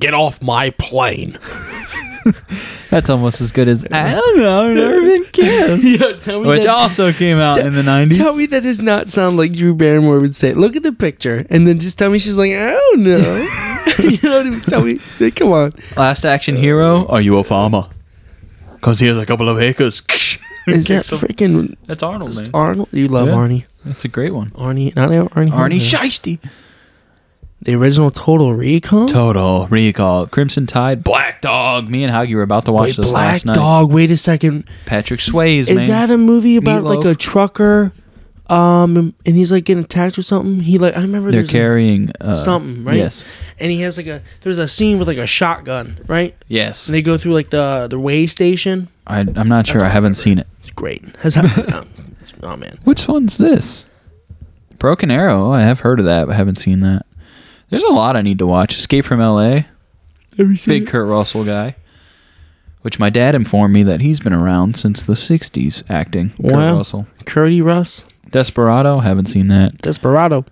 Speaker 2: Get off my plane.
Speaker 1: That's almost as good as I don't know. I've never been kissed.
Speaker 2: yeah, tell me
Speaker 1: Which
Speaker 2: that,
Speaker 1: also came out in the 90s.
Speaker 2: Tell me that does not sound like Drew Barrymore would say. Look at the picture, and then just tell me she's like, I don't know. you know what I mean? Tell me. Say, come on.
Speaker 1: Last Action Hero. Are you a farmer? Because he has a couple of acres.
Speaker 2: Is that freaking
Speaker 1: That's Arnold, Oh, man.
Speaker 2: Arnold? You love
Speaker 1: Yeah.
Speaker 2: Arnie.
Speaker 1: That's a great one.
Speaker 2: Arnie, not
Speaker 1: Arnie
Speaker 2: Arnie.
Speaker 1: Shiesty.
Speaker 2: Hudson. The original Total Recall.
Speaker 1: Total Recall, Crimson Tide, Black Dog. Me and Hoggy were about to watch
Speaker 2: Wait,
Speaker 1: this
Speaker 2: Black
Speaker 1: last night.
Speaker 2: Dog. Wait a second.
Speaker 1: Patrick Swayze,
Speaker 2: Is
Speaker 1: man.
Speaker 2: that a movie about like a
Speaker 1: Meatloaf.
Speaker 2: trucker? Um, and he's like getting attacked or something. He like I remember
Speaker 1: They're
Speaker 2: there's a-
Speaker 1: carrying uh,
Speaker 2: something, right?
Speaker 1: Yes,
Speaker 2: and he has like a there's a scene with like a shotgun, right?
Speaker 1: yes.
Speaker 2: And they go through like the the way station.
Speaker 1: I, I'm not sure.
Speaker 2: all
Speaker 1: I
Speaker 2: I
Speaker 1: haven't
Speaker 2: remember.
Speaker 1: seen it.
Speaker 2: It's great. Has happened. oh, it's- oh, man,
Speaker 1: Which one's this? Broken Arrow. Oh, I have heard of that, but haven't seen that. There's a lot I need to watch. Escape from L.A.
Speaker 2: have you
Speaker 1: Big Kurt Russell guy. Which my dad informed me that he's been around since the '60s acting. Kurt
Speaker 2: Wow.
Speaker 1: Russell.
Speaker 2: Curdy Russ,
Speaker 1: Desperado. Haven't seen that.
Speaker 2: Desperado,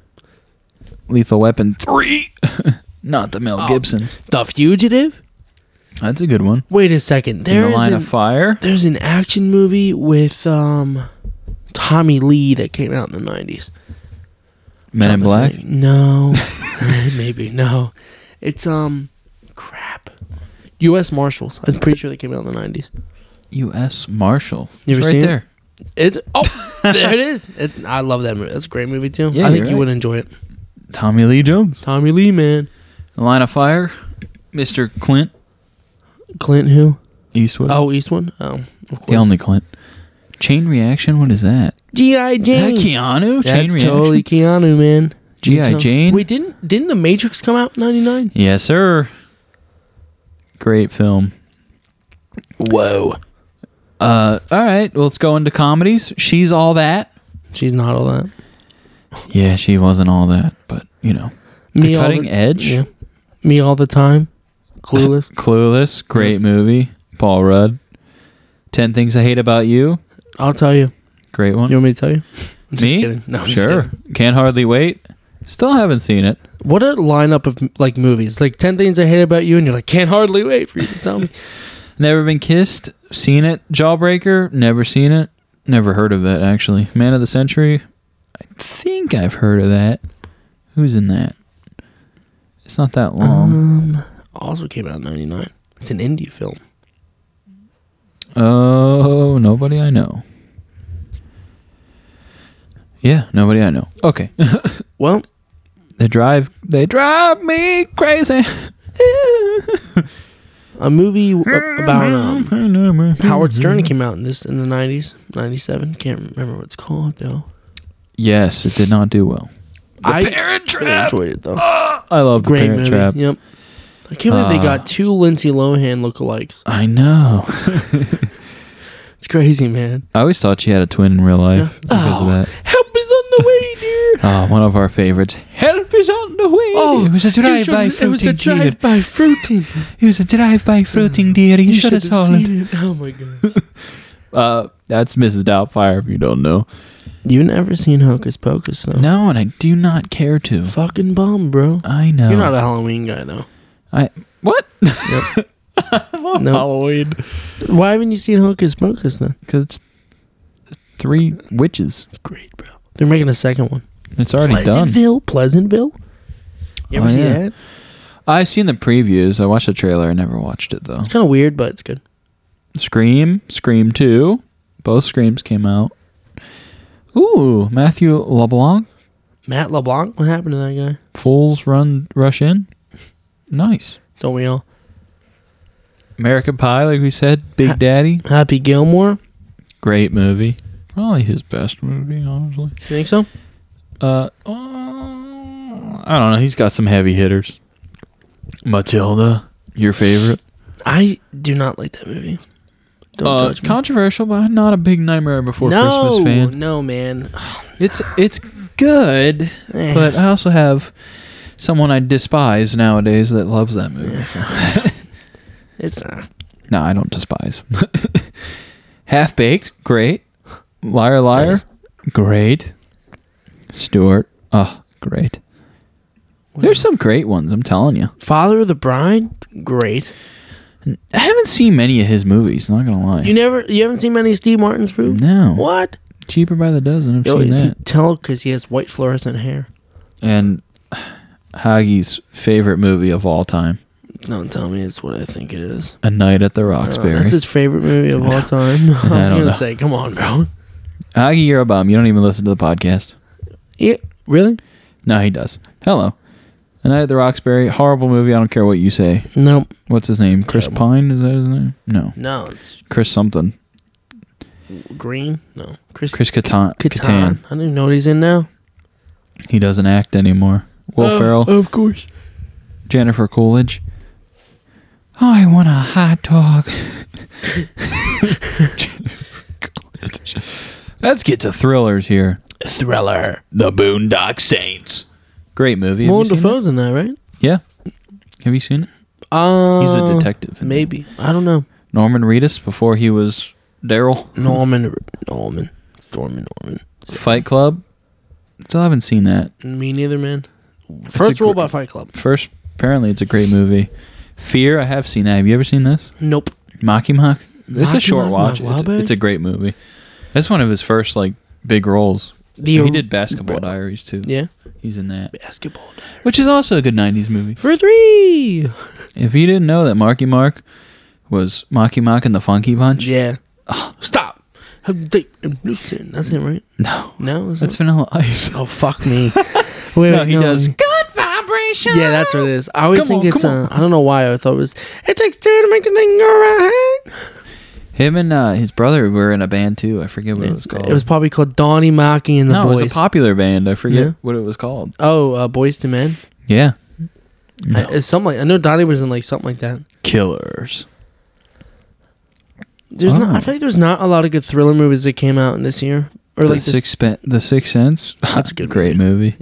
Speaker 1: Lethal Weapon three. Not the Mel
Speaker 2: Oh.
Speaker 1: Gibsons.
Speaker 2: The Fugitive.
Speaker 1: That's a good one.
Speaker 2: Wait a second.
Speaker 1: In
Speaker 2: There
Speaker 1: the
Speaker 2: is
Speaker 1: Line
Speaker 2: an,
Speaker 1: of Fire.
Speaker 2: there's an action movie with um Tommy Lee that came out in the nineties.
Speaker 1: Men in
Speaker 2: Trying
Speaker 1: Black.
Speaker 2: to think. No, maybe no. It's um crap. U.S. Marshals. I'm pretty sure they came out in the nineties.
Speaker 1: U.S. Marshal.
Speaker 2: You
Speaker 1: it's
Speaker 2: ever
Speaker 1: right
Speaker 2: seen it?
Speaker 1: there.
Speaker 2: It oh there it is. It, I love that movie. That's a great movie too.
Speaker 1: Yeah,
Speaker 2: I think
Speaker 1: you're
Speaker 2: you
Speaker 1: right.
Speaker 2: would enjoy it.
Speaker 1: Tommy Lee Jones.
Speaker 2: Tommy Lee, man.
Speaker 1: The Line of Fire. Mr. Clint
Speaker 2: Clint who?
Speaker 1: Eastwood.
Speaker 2: Oh, Eastwood. Oh, of course.
Speaker 1: The only Clint. Chain reaction. What is that?
Speaker 2: GI
Speaker 1: Is
Speaker 2: Jane.
Speaker 1: that Keanu? Chain
Speaker 2: That's
Speaker 1: reaction.
Speaker 2: totally Keanu, man.
Speaker 1: G.I.
Speaker 2: Tell-
Speaker 1: Jane?
Speaker 2: Wait, didn't didn't the Matrix come out in '99?
Speaker 1: Yes, sir. Great film.
Speaker 2: Whoa.
Speaker 1: Uh, all right. Well, let's go into comedies. She's all that.
Speaker 2: She's not all that.
Speaker 1: Yeah, she wasn't all that, but you know, the
Speaker 2: all
Speaker 1: cutting edge.
Speaker 2: Yeah. Me all the time. Clueless.
Speaker 1: Clueless. Great movie. Paul Rudd. Ten Things I Hate About You.
Speaker 2: I'll tell you.
Speaker 1: Great one.
Speaker 2: You want me to tell you? I'm just
Speaker 1: Me?
Speaker 2: kidding. No, I'm just
Speaker 1: sure.
Speaker 2: kidding.
Speaker 1: Can't hardly wait. Still haven't seen it.
Speaker 2: What a lineup of like movies. Like ten things I hate about you, and you're like, can't hardly wait for you to tell me.
Speaker 1: Never been kissed. Seen it. Jawbreaker. Never seen it. Never heard of it, actually. Man of the Century. I think I've heard of that. Who's in that? It's not that long.
Speaker 2: Um, also came out in '99. It's an indie film.
Speaker 1: oh, nobody I know. Yeah, nobody I know. Okay.
Speaker 2: Well,
Speaker 1: they drive they drive me crazy.
Speaker 2: a movie a- about um Howard Stern came out in this in the '90s, '97. Can't remember what it's called though.
Speaker 1: Yes, it did not do well.
Speaker 2: I
Speaker 1: Parent
Speaker 2: really enjoyed it though.
Speaker 1: I love the
Speaker 2: Great
Speaker 1: Parent
Speaker 2: movie.
Speaker 1: Trap.
Speaker 2: Yep. I can't believe they
Speaker 1: Uh,
Speaker 2: got two Lindsay Lohan lookalikes.
Speaker 1: I know.
Speaker 2: It's crazy, man.
Speaker 1: I always thought she had a twin in real life
Speaker 2: Yeah.
Speaker 1: because
Speaker 2: Oh.
Speaker 1: of that.
Speaker 2: Help is on the way, dear.
Speaker 1: Oh, one of our favorites. Help is on the way.
Speaker 2: Oh,
Speaker 1: it was a
Speaker 2: You
Speaker 1: drive-by
Speaker 2: should've- it was a
Speaker 1: fruiting deer.
Speaker 2: drive-by fruiting.
Speaker 1: It was a drive-by fruiting deer. You, should have
Speaker 2: Mm. should've
Speaker 1: saw it.
Speaker 2: it. Oh my god.
Speaker 1: Uh, that's Mrs. Doubtfire, if you don't know.
Speaker 2: you never seen Hocus Pocus though.
Speaker 1: No, and I do not care to.
Speaker 2: Fucking bomb, bro.
Speaker 1: I know.
Speaker 2: You're not a Halloween guy though.
Speaker 1: I what?
Speaker 2: Yep.
Speaker 1: I love
Speaker 2: Nope.
Speaker 1: Halloween
Speaker 2: Why haven't you seen Hocus Pocus then?
Speaker 1: because it's three witches.
Speaker 2: It's great, bro. They're making a second one.
Speaker 1: It's already done.
Speaker 2: Pleasantville, Pleasantville. You ever
Speaker 1: Oh,
Speaker 2: see
Speaker 1: yeah.
Speaker 2: that?
Speaker 1: I've seen the previews. I watched the trailer. I never watched it though.
Speaker 2: It's kind of weird, but it's good.
Speaker 1: Scream, Scream 2. Both Screams came out. Ooh, Matthew LeBlanc,
Speaker 2: Matt LeBlanc. What happened to that guy?
Speaker 1: Fools Run Rush In. Nice.
Speaker 2: Don't we all?
Speaker 1: American Pie, like we said,
Speaker 2: Ha-
Speaker 1: Big Daddy.
Speaker 2: Happy Gilmore.
Speaker 1: Great movie. Probably his best movie, honestly.
Speaker 2: You think so?
Speaker 1: Uh, oh, I don't know. He's got some heavy hitters. Matilda, your favorite.
Speaker 2: I do not like that movie. Don't
Speaker 1: Uh,
Speaker 2: judge me.
Speaker 1: controversial, but I'm not a big Nightmare Before
Speaker 2: no,
Speaker 1: Christmas fan.
Speaker 2: no, man.
Speaker 1: It's it's good.
Speaker 2: Eh.
Speaker 1: Mm-hmm. but I also have someone I despise nowadays that loves that movie. So.
Speaker 2: it's uh,
Speaker 1: no, I don't despise. Half Baked, great. Liar Liar,
Speaker 2: Nice.
Speaker 1: great. Stuart, oh, great. There's some great ones, I'm telling you.
Speaker 2: Father of the Bride. Great.
Speaker 1: I haven't seen many of his movies, not gonna lie.
Speaker 2: You never. You haven't seen many Steve Martin's food.
Speaker 1: no.
Speaker 2: What?
Speaker 1: Cheaper by the dozen, I've
Speaker 2: Yo,
Speaker 1: seen
Speaker 2: is he
Speaker 1: that.
Speaker 2: tell because he has white fluorescent hair?
Speaker 1: And Haggie's favorite movie of all time,
Speaker 2: Don't tell me it's what I think it is.
Speaker 1: A Night at the
Speaker 2: Uh,
Speaker 1: Roxbury.
Speaker 2: that's his favorite movie of all time. I was
Speaker 1: I don't
Speaker 2: gonna
Speaker 1: know.
Speaker 2: say, come on, bro.
Speaker 1: Haggie, you're a bum. You don't even listen to the podcast.
Speaker 2: Yeah, really?
Speaker 1: No, he does. Hello. A Night at the Roxbury, horrible movie. I don't care what you say.
Speaker 2: Nope.
Speaker 1: What's his name? Chris
Speaker 2: Terrible.
Speaker 1: Pine? Is that his name? No,
Speaker 2: No, it's
Speaker 1: Chris something.
Speaker 2: Green. No, Chris,
Speaker 1: Chris Catan.
Speaker 2: Catan.
Speaker 1: Catan.
Speaker 2: I don't even know what he's in now.
Speaker 1: He doesn't act anymore. Will
Speaker 2: Oh,
Speaker 1: Ferrell.
Speaker 2: Of course.
Speaker 1: Jennifer Coolidge. I want a hot dog. Jennifer Coolidge. Let's get to thrillers here.
Speaker 2: Thriller.
Speaker 1: The Boondock Saints. Great movie. Have
Speaker 2: Willem
Speaker 1: you seen it?
Speaker 2: Dafoe's in that, right?
Speaker 1: Yeah. Have you seen it?
Speaker 2: Uh,
Speaker 1: He's a detective. in it.
Speaker 2: Maybe. I don't know.
Speaker 1: Norman Reedus before he was Daryl.
Speaker 2: Norman. Norman. It's Norman Norman.
Speaker 1: Fight Club. Still haven't seen that.
Speaker 2: Me neither, man. First
Speaker 1: a
Speaker 2: rule
Speaker 1: gr-
Speaker 2: about Fight Club.
Speaker 1: First, apparently it's a great movie. Fear, I have seen that. Have you ever seen this?
Speaker 2: Nope.
Speaker 1: Mocky Mock. It's a
Speaker 2: Mocky
Speaker 1: short
Speaker 2: Mock
Speaker 1: watch. It's,
Speaker 2: Mawabe?
Speaker 1: it's a great movie. That's one of his first like big roles.
Speaker 2: The
Speaker 1: he did Basketball Diaries too.
Speaker 2: Yeah.
Speaker 1: He's in that,
Speaker 2: Basketball.
Speaker 1: which is also a good '90s movie.
Speaker 2: For three.
Speaker 1: If you didn't know that Marky Mark was Mocky Mock and the Funky Bunch,
Speaker 2: Yeah. Stop. How they- Listen, that's him, right?
Speaker 1: no,
Speaker 2: No, is
Speaker 1: that's
Speaker 2: it?
Speaker 1: Vanilla Ice.
Speaker 2: Oh fuck me. Wait,
Speaker 1: no,
Speaker 2: wait,
Speaker 1: he does good vibration.
Speaker 2: Yeah, that's what it is. I always
Speaker 1: Come
Speaker 2: think
Speaker 1: on,
Speaker 2: it's.
Speaker 1: come
Speaker 2: Uh, I don't know why I thought it was. It takes two to make a thing go right.
Speaker 1: Him and uh, his brother were in a band too. I forget what it, was called.
Speaker 2: It was probably called Donnie Mackey and the
Speaker 1: no,
Speaker 2: Boys.
Speaker 1: it was a popular band. I forget
Speaker 2: Yeah.
Speaker 1: what it was called.
Speaker 2: oh, uh, Boys to Men.
Speaker 1: Yeah,
Speaker 2: I- it's something like I know Donnie was in like something like that.
Speaker 1: Killers.
Speaker 2: There's
Speaker 1: Oh.
Speaker 2: not. I feel like there's not a lot of good thriller movies that came out in this year or
Speaker 1: the
Speaker 2: like this.
Speaker 1: six the Sixth Sense.
Speaker 2: That's a good
Speaker 1: great movie.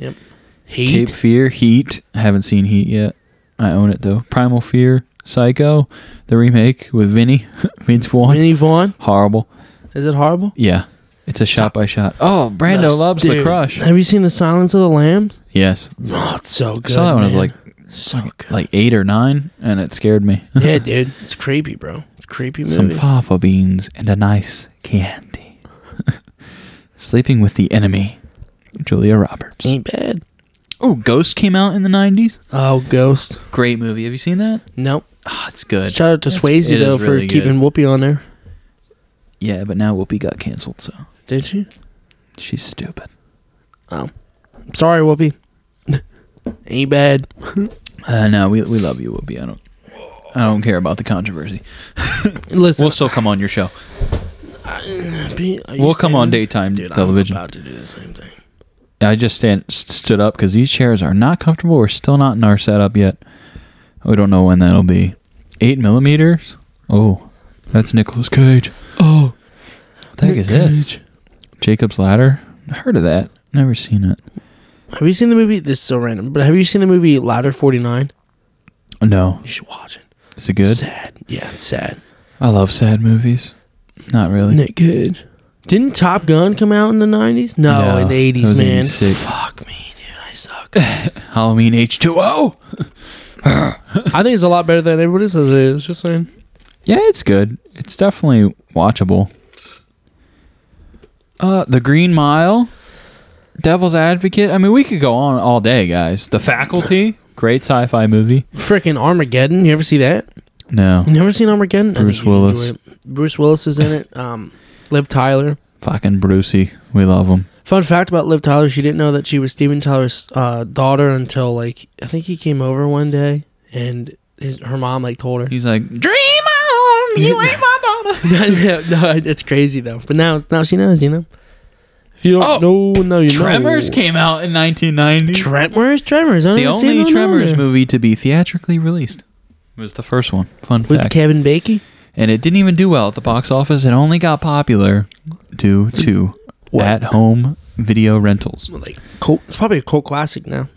Speaker 1: Cape
Speaker 2: Heat.
Speaker 1: Fear, Heat. I haven't seen Heat yet. I own it though. Primal Fear, Psycho, the remake with Vinny, Vince Vaughn.
Speaker 2: Vinnie Vaughn.
Speaker 1: Horrible.
Speaker 2: Is it horrible?
Speaker 1: Yeah, it's a shot by shot. Oh, Brando
Speaker 2: Yes,
Speaker 1: loves the
Speaker 2: dude.
Speaker 1: crush.
Speaker 2: Have you seen The Silence of the Lambs?
Speaker 1: Yes,
Speaker 2: No, it's
Speaker 1: I
Speaker 2: so good.
Speaker 1: saw that when I was
Speaker 2: man.
Speaker 1: like
Speaker 2: so good.
Speaker 1: like eight or nine, and it scared me.
Speaker 2: yeah, dude, it's creepy, bro. It's a creepy movie.
Speaker 1: Some fava beans and a nice candy. Sleeping with the enemy, Julia Roberts.
Speaker 2: Ain't bad.
Speaker 1: Oh, Ghost came out in the '90s.
Speaker 2: Oh, Ghost.
Speaker 1: Great movie. Have you seen that?
Speaker 2: No.
Speaker 1: Ah, it's good.
Speaker 2: Shout out to
Speaker 1: It's-
Speaker 2: Swayze
Speaker 1: it
Speaker 2: though
Speaker 1: is
Speaker 2: for
Speaker 1: really
Speaker 2: keeping Whoopi on there.
Speaker 1: Yeah, but now Whoopi got canceled, so
Speaker 2: Did she?
Speaker 1: she's stupid.
Speaker 2: Sorry, Whoopi. Ain't bad.
Speaker 1: Uh, no, we we love you, Whoopi. I don't I don't care about the controversy.
Speaker 2: Listen, uh,
Speaker 1: We'll still come on your show.
Speaker 2: Be- are you
Speaker 1: We'll come on
Speaker 2: standing?
Speaker 1: daytime
Speaker 2: Dude,
Speaker 1: television.
Speaker 2: I'm about to do the same thing.
Speaker 1: I just stand s- stood up because these chairs are not comfortable. We're still not in our setup yet. We don't know when that'll be. Eight millimeters. Oh, that's Nicolas Cage.
Speaker 2: Oh,
Speaker 1: What the heck is this? Jacob's Ladder. I heard of that. Never seen it.
Speaker 2: Have you seen the movie? This is so random, but have you seen the movie Ladder Forty Nine?
Speaker 1: No,
Speaker 2: You should watch it.
Speaker 1: is it good?
Speaker 2: Sad. Yeah, it's sad.
Speaker 1: I love sad movies. Not really.
Speaker 2: Nick good. Didn't Top Gun come out in the nineties? No,
Speaker 1: No,
Speaker 2: in
Speaker 1: that
Speaker 2: the eighties,
Speaker 1: was
Speaker 2: man.
Speaker 1: 86.
Speaker 2: Fuck me, dude. I suck.
Speaker 1: Halloween H two O.
Speaker 2: I think it's a lot better than everybody says it is. Just saying.
Speaker 1: Yeah, it's good. It's definitely watchable. Uh, The Green Mile, Devil's Advocate. I mean, we could go on all day, guys. The Faculty, great sci-fi movie.
Speaker 2: Freaking Armageddon. You ever see that?
Speaker 1: No,
Speaker 2: You never seen Armageddon?
Speaker 1: Bruce
Speaker 2: you'd enjoy
Speaker 1: Willis.
Speaker 2: it. Bruce Willis is in it. Um, Liv Tyler.
Speaker 1: fucking Brucey, we love him.
Speaker 2: Fun fact about Liv Tyler: she didn't know that she was Steven Tyler's uh, daughter until like I think he came over one day and his her mom like told her.
Speaker 1: He's like, Dream on, you ain't my daughter.
Speaker 2: no, no, no, it's crazy though. But now, now she knows, you know. If you don't know, now you
Speaker 1: Oh, Tremors
Speaker 2: know.
Speaker 1: came out in 1990.
Speaker 2: Tremors. Where's Tremors? I don't
Speaker 1: the
Speaker 2: even see
Speaker 1: only
Speaker 2: it on
Speaker 1: Tremors
Speaker 2: there.
Speaker 1: movie to be theatrically released was the first one. Fun
Speaker 2: with
Speaker 1: fact.
Speaker 2: Kevin Bacon.
Speaker 1: and it didn't even do well at the box office. It only got popular due to
Speaker 2: What?
Speaker 1: at home video rentals.
Speaker 2: Like, cult, it's probably a cult classic now.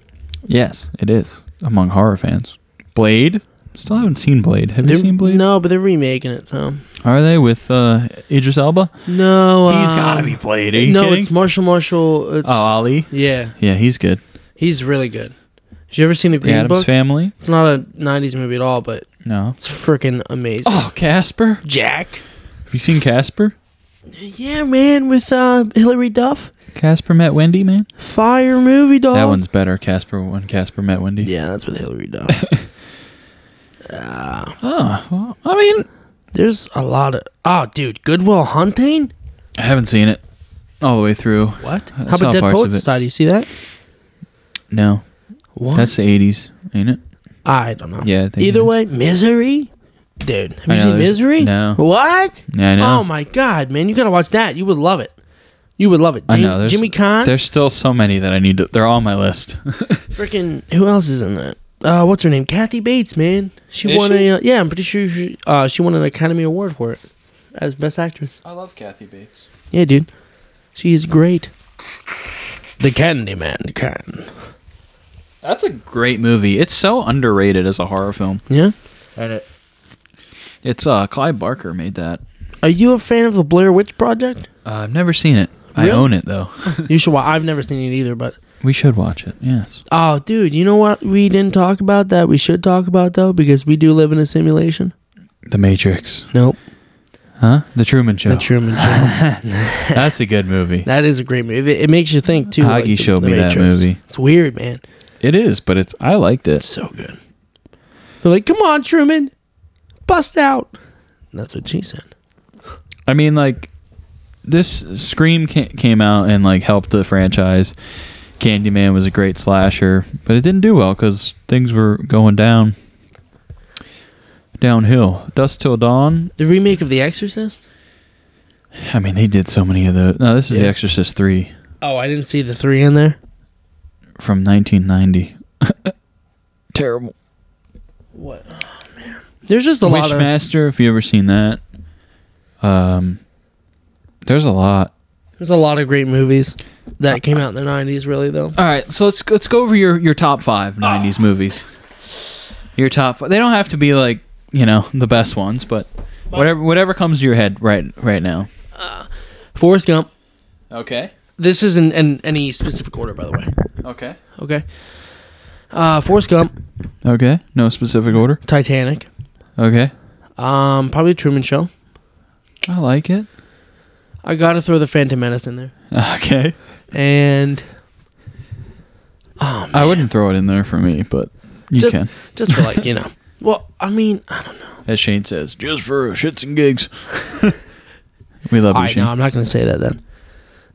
Speaker 1: Yes, it is among horror fans. Blade. Still haven't seen Blade. Have
Speaker 2: They're-
Speaker 1: you seen Blade?
Speaker 2: No, but they're remaking it. So
Speaker 1: Are they with uh, Idris Elba?
Speaker 2: no,
Speaker 1: he's
Speaker 2: um,
Speaker 1: gotta be Blade. Are you
Speaker 2: no,
Speaker 1: kidding?
Speaker 2: it's Marshall Marshall. It's
Speaker 1: oh Ali.
Speaker 2: yeah,
Speaker 1: Yeah, he's good.
Speaker 2: he's really good. Have you ever seen the
Speaker 1: The
Speaker 2: Green
Speaker 1: Adams
Speaker 2: Book?
Speaker 1: Family.
Speaker 2: It's not a '90s movie at all, but
Speaker 1: No.
Speaker 2: it's freaking amazing.
Speaker 1: Oh, Casper.
Speaker 2: Jack.
Speaker 1: Have you seen Casper?
Speaker 2: Yeah, man, with uh, Hillary Duff.
Speaker 1: Casper met Wendy, man.
Speaker 2: Fire movie, dog.
Speaker 1: That one's better. Casper when Casper met Wendy.
Speaker 2: Oh. Yeah, that's with Hillary Duff. uh,
Speaker 1: Oh, well, I mean,
Speaker 2: there's a lot of. Oh, dude, Goodwill Hunting.
Speaker 1: I haven't seen it all the way through.
Speaker 2: What?
Speaker 1: I
Speaker 2: How
Speaker 1: saw
Speaker 2: about Dead
Speaker 1: parts of
Speaker 2: Poets
Speaker 1: it.
Speaker 2: Society? You see that?
Speaker 1: No,
Speaker 2: What?
Speaker 1: that's the '80s. ain't it?
Speaker 2: I don't know.
Speaker 1: Yeah, I think
Speaker 2: Either
Speaker 1: it is.
Speaker 2: way, misery. Dude, have
Speaker 1: I
Speaker 2: you
Speaker 1: know,
Speaker 2: seen
Speaker 1: there's-
Speaker 2: Misery?
Speaker 1: no.
Speaker 2: What?
Speaker 1: Yeah, I know.
Speaker 2: Oh my god, man! You gotta watch that. You would love it. You would love it.
Speaker 1: I
Speaker 2: Jam-
Speaker 1: know, there's-
Speaker 2: Jimmy Kahn.
Speaker 1: There's still so many that I need to. They're on my list.
Speaker 2: Freaking who else is in that? Uh, what's her name? Kathy Bates, man. She
Speaker 1: Is
Speaker 2: won
Speaker 1: she?
Speaker 2: a uh, yeah. I'm pretty sure she, uh, she won an Academy Award for it as Best Actress.
Speaker 1: I love Kathy Bates.
Speaker 2: Yeah, dude, she is great. The Candyman can.
Speaker 1: That's a great movie. It's so underrated as a horror film.
Speaker 2: Yeah.
Speaker 1: It's uh, Clive Barker made that.
Speaker 2: Are you a fan of the Blair Witch Project?
Speaker 1: Uh, I've never seen it. I
Speaker 2: Really?
Speaker 1: own it though.
Speaker 2: You should. Watch. I've never seen it either, but
Speaker 1: We should watch it. Yes.
Speaker 2: oh, dude, you know what we didn't talk about that we should talk about though because we do live in a simulation.
Speaker 1: The Matrix.
Speaker 2: Nope,
Speaker 1: Huh? The Truman Show.
Speaker 2: the Truman Show.
Speaker 1: That's a good movie.
Speaker 2: that is a great movie. It, it makes you think too.
Speaker 1: Hagi
Speaker 2: the-
Speaker 1: showed
Speaker 2: the
Speaker 1: me that
Speaker 2: Matrix.
Speaker 1: movie.
Speaker 2: It's weird, man.
Speaker 1: It is, but it's I liked
Speaker 2: It's
Speaker 1: it.
Speaker 2: so good. They're like, come on, Truman, bust out. And that's what she said.
Speaker 1: I mean, like this Scream ca- came out and like helped the franchise. Candyman was a great slasher, but it didn't do well because things were going down, downhill. Dust till dawn.
Speaker 2: The remake of The Exorcist.
Speaker 1: I mean, they did so many of those. No, this is The
Speaker 2: Yeah.
Speaker 1: Exorcist three
Speaker 2: Oh, I didn't see the three in there.
Speaker 1: from 1990. Terrible.
Speaker 2: What? Oh man, there's just a lot of
Speaker 1: Wishmaster. If you ever seen that, um, there's a lot.
Speaker 2: there's a lot of great movies that came out in the '90s. Really though.
Speaker 1: All right, so let's let's go over your your top five '90s movies. Your top. They don't have to be like you know the best ones, but whatever whatever comes to your head right right now.
Speaker 2: Forrest Gump.
Speaker 1: Okay.
Speaker 2: This isn't in any specific order, by the way.
Speaker 1: Okay.
Speaker 2: Okay. Uh, Forrest Gump,
Speaker 1: Okay. No specific order.
Speaker 2: Titanic,
Speaker 1: Okay.
Speaker 2: um, probably Truman Show.
Speaker 1: I like it.
Speaker 2: I gotta throw the Phantom Menace in there,
Speaker 1: Okay.
Speaker 2: and oh, man,
Speaker 1: I wouldn't throw it in there for me, but you
Speaker 2: just
Speaker 1: can.
Speaker 2: just for like you know. Well, I mean, I don't know.
Speaker 1: As Shane says, just for shits and gigs. we love
Speaker 2: All
Speaker 1: you,
Speaker 2: right, no,
Speaker 1: Shane.
Speaker 2: I'm not gonna say that then.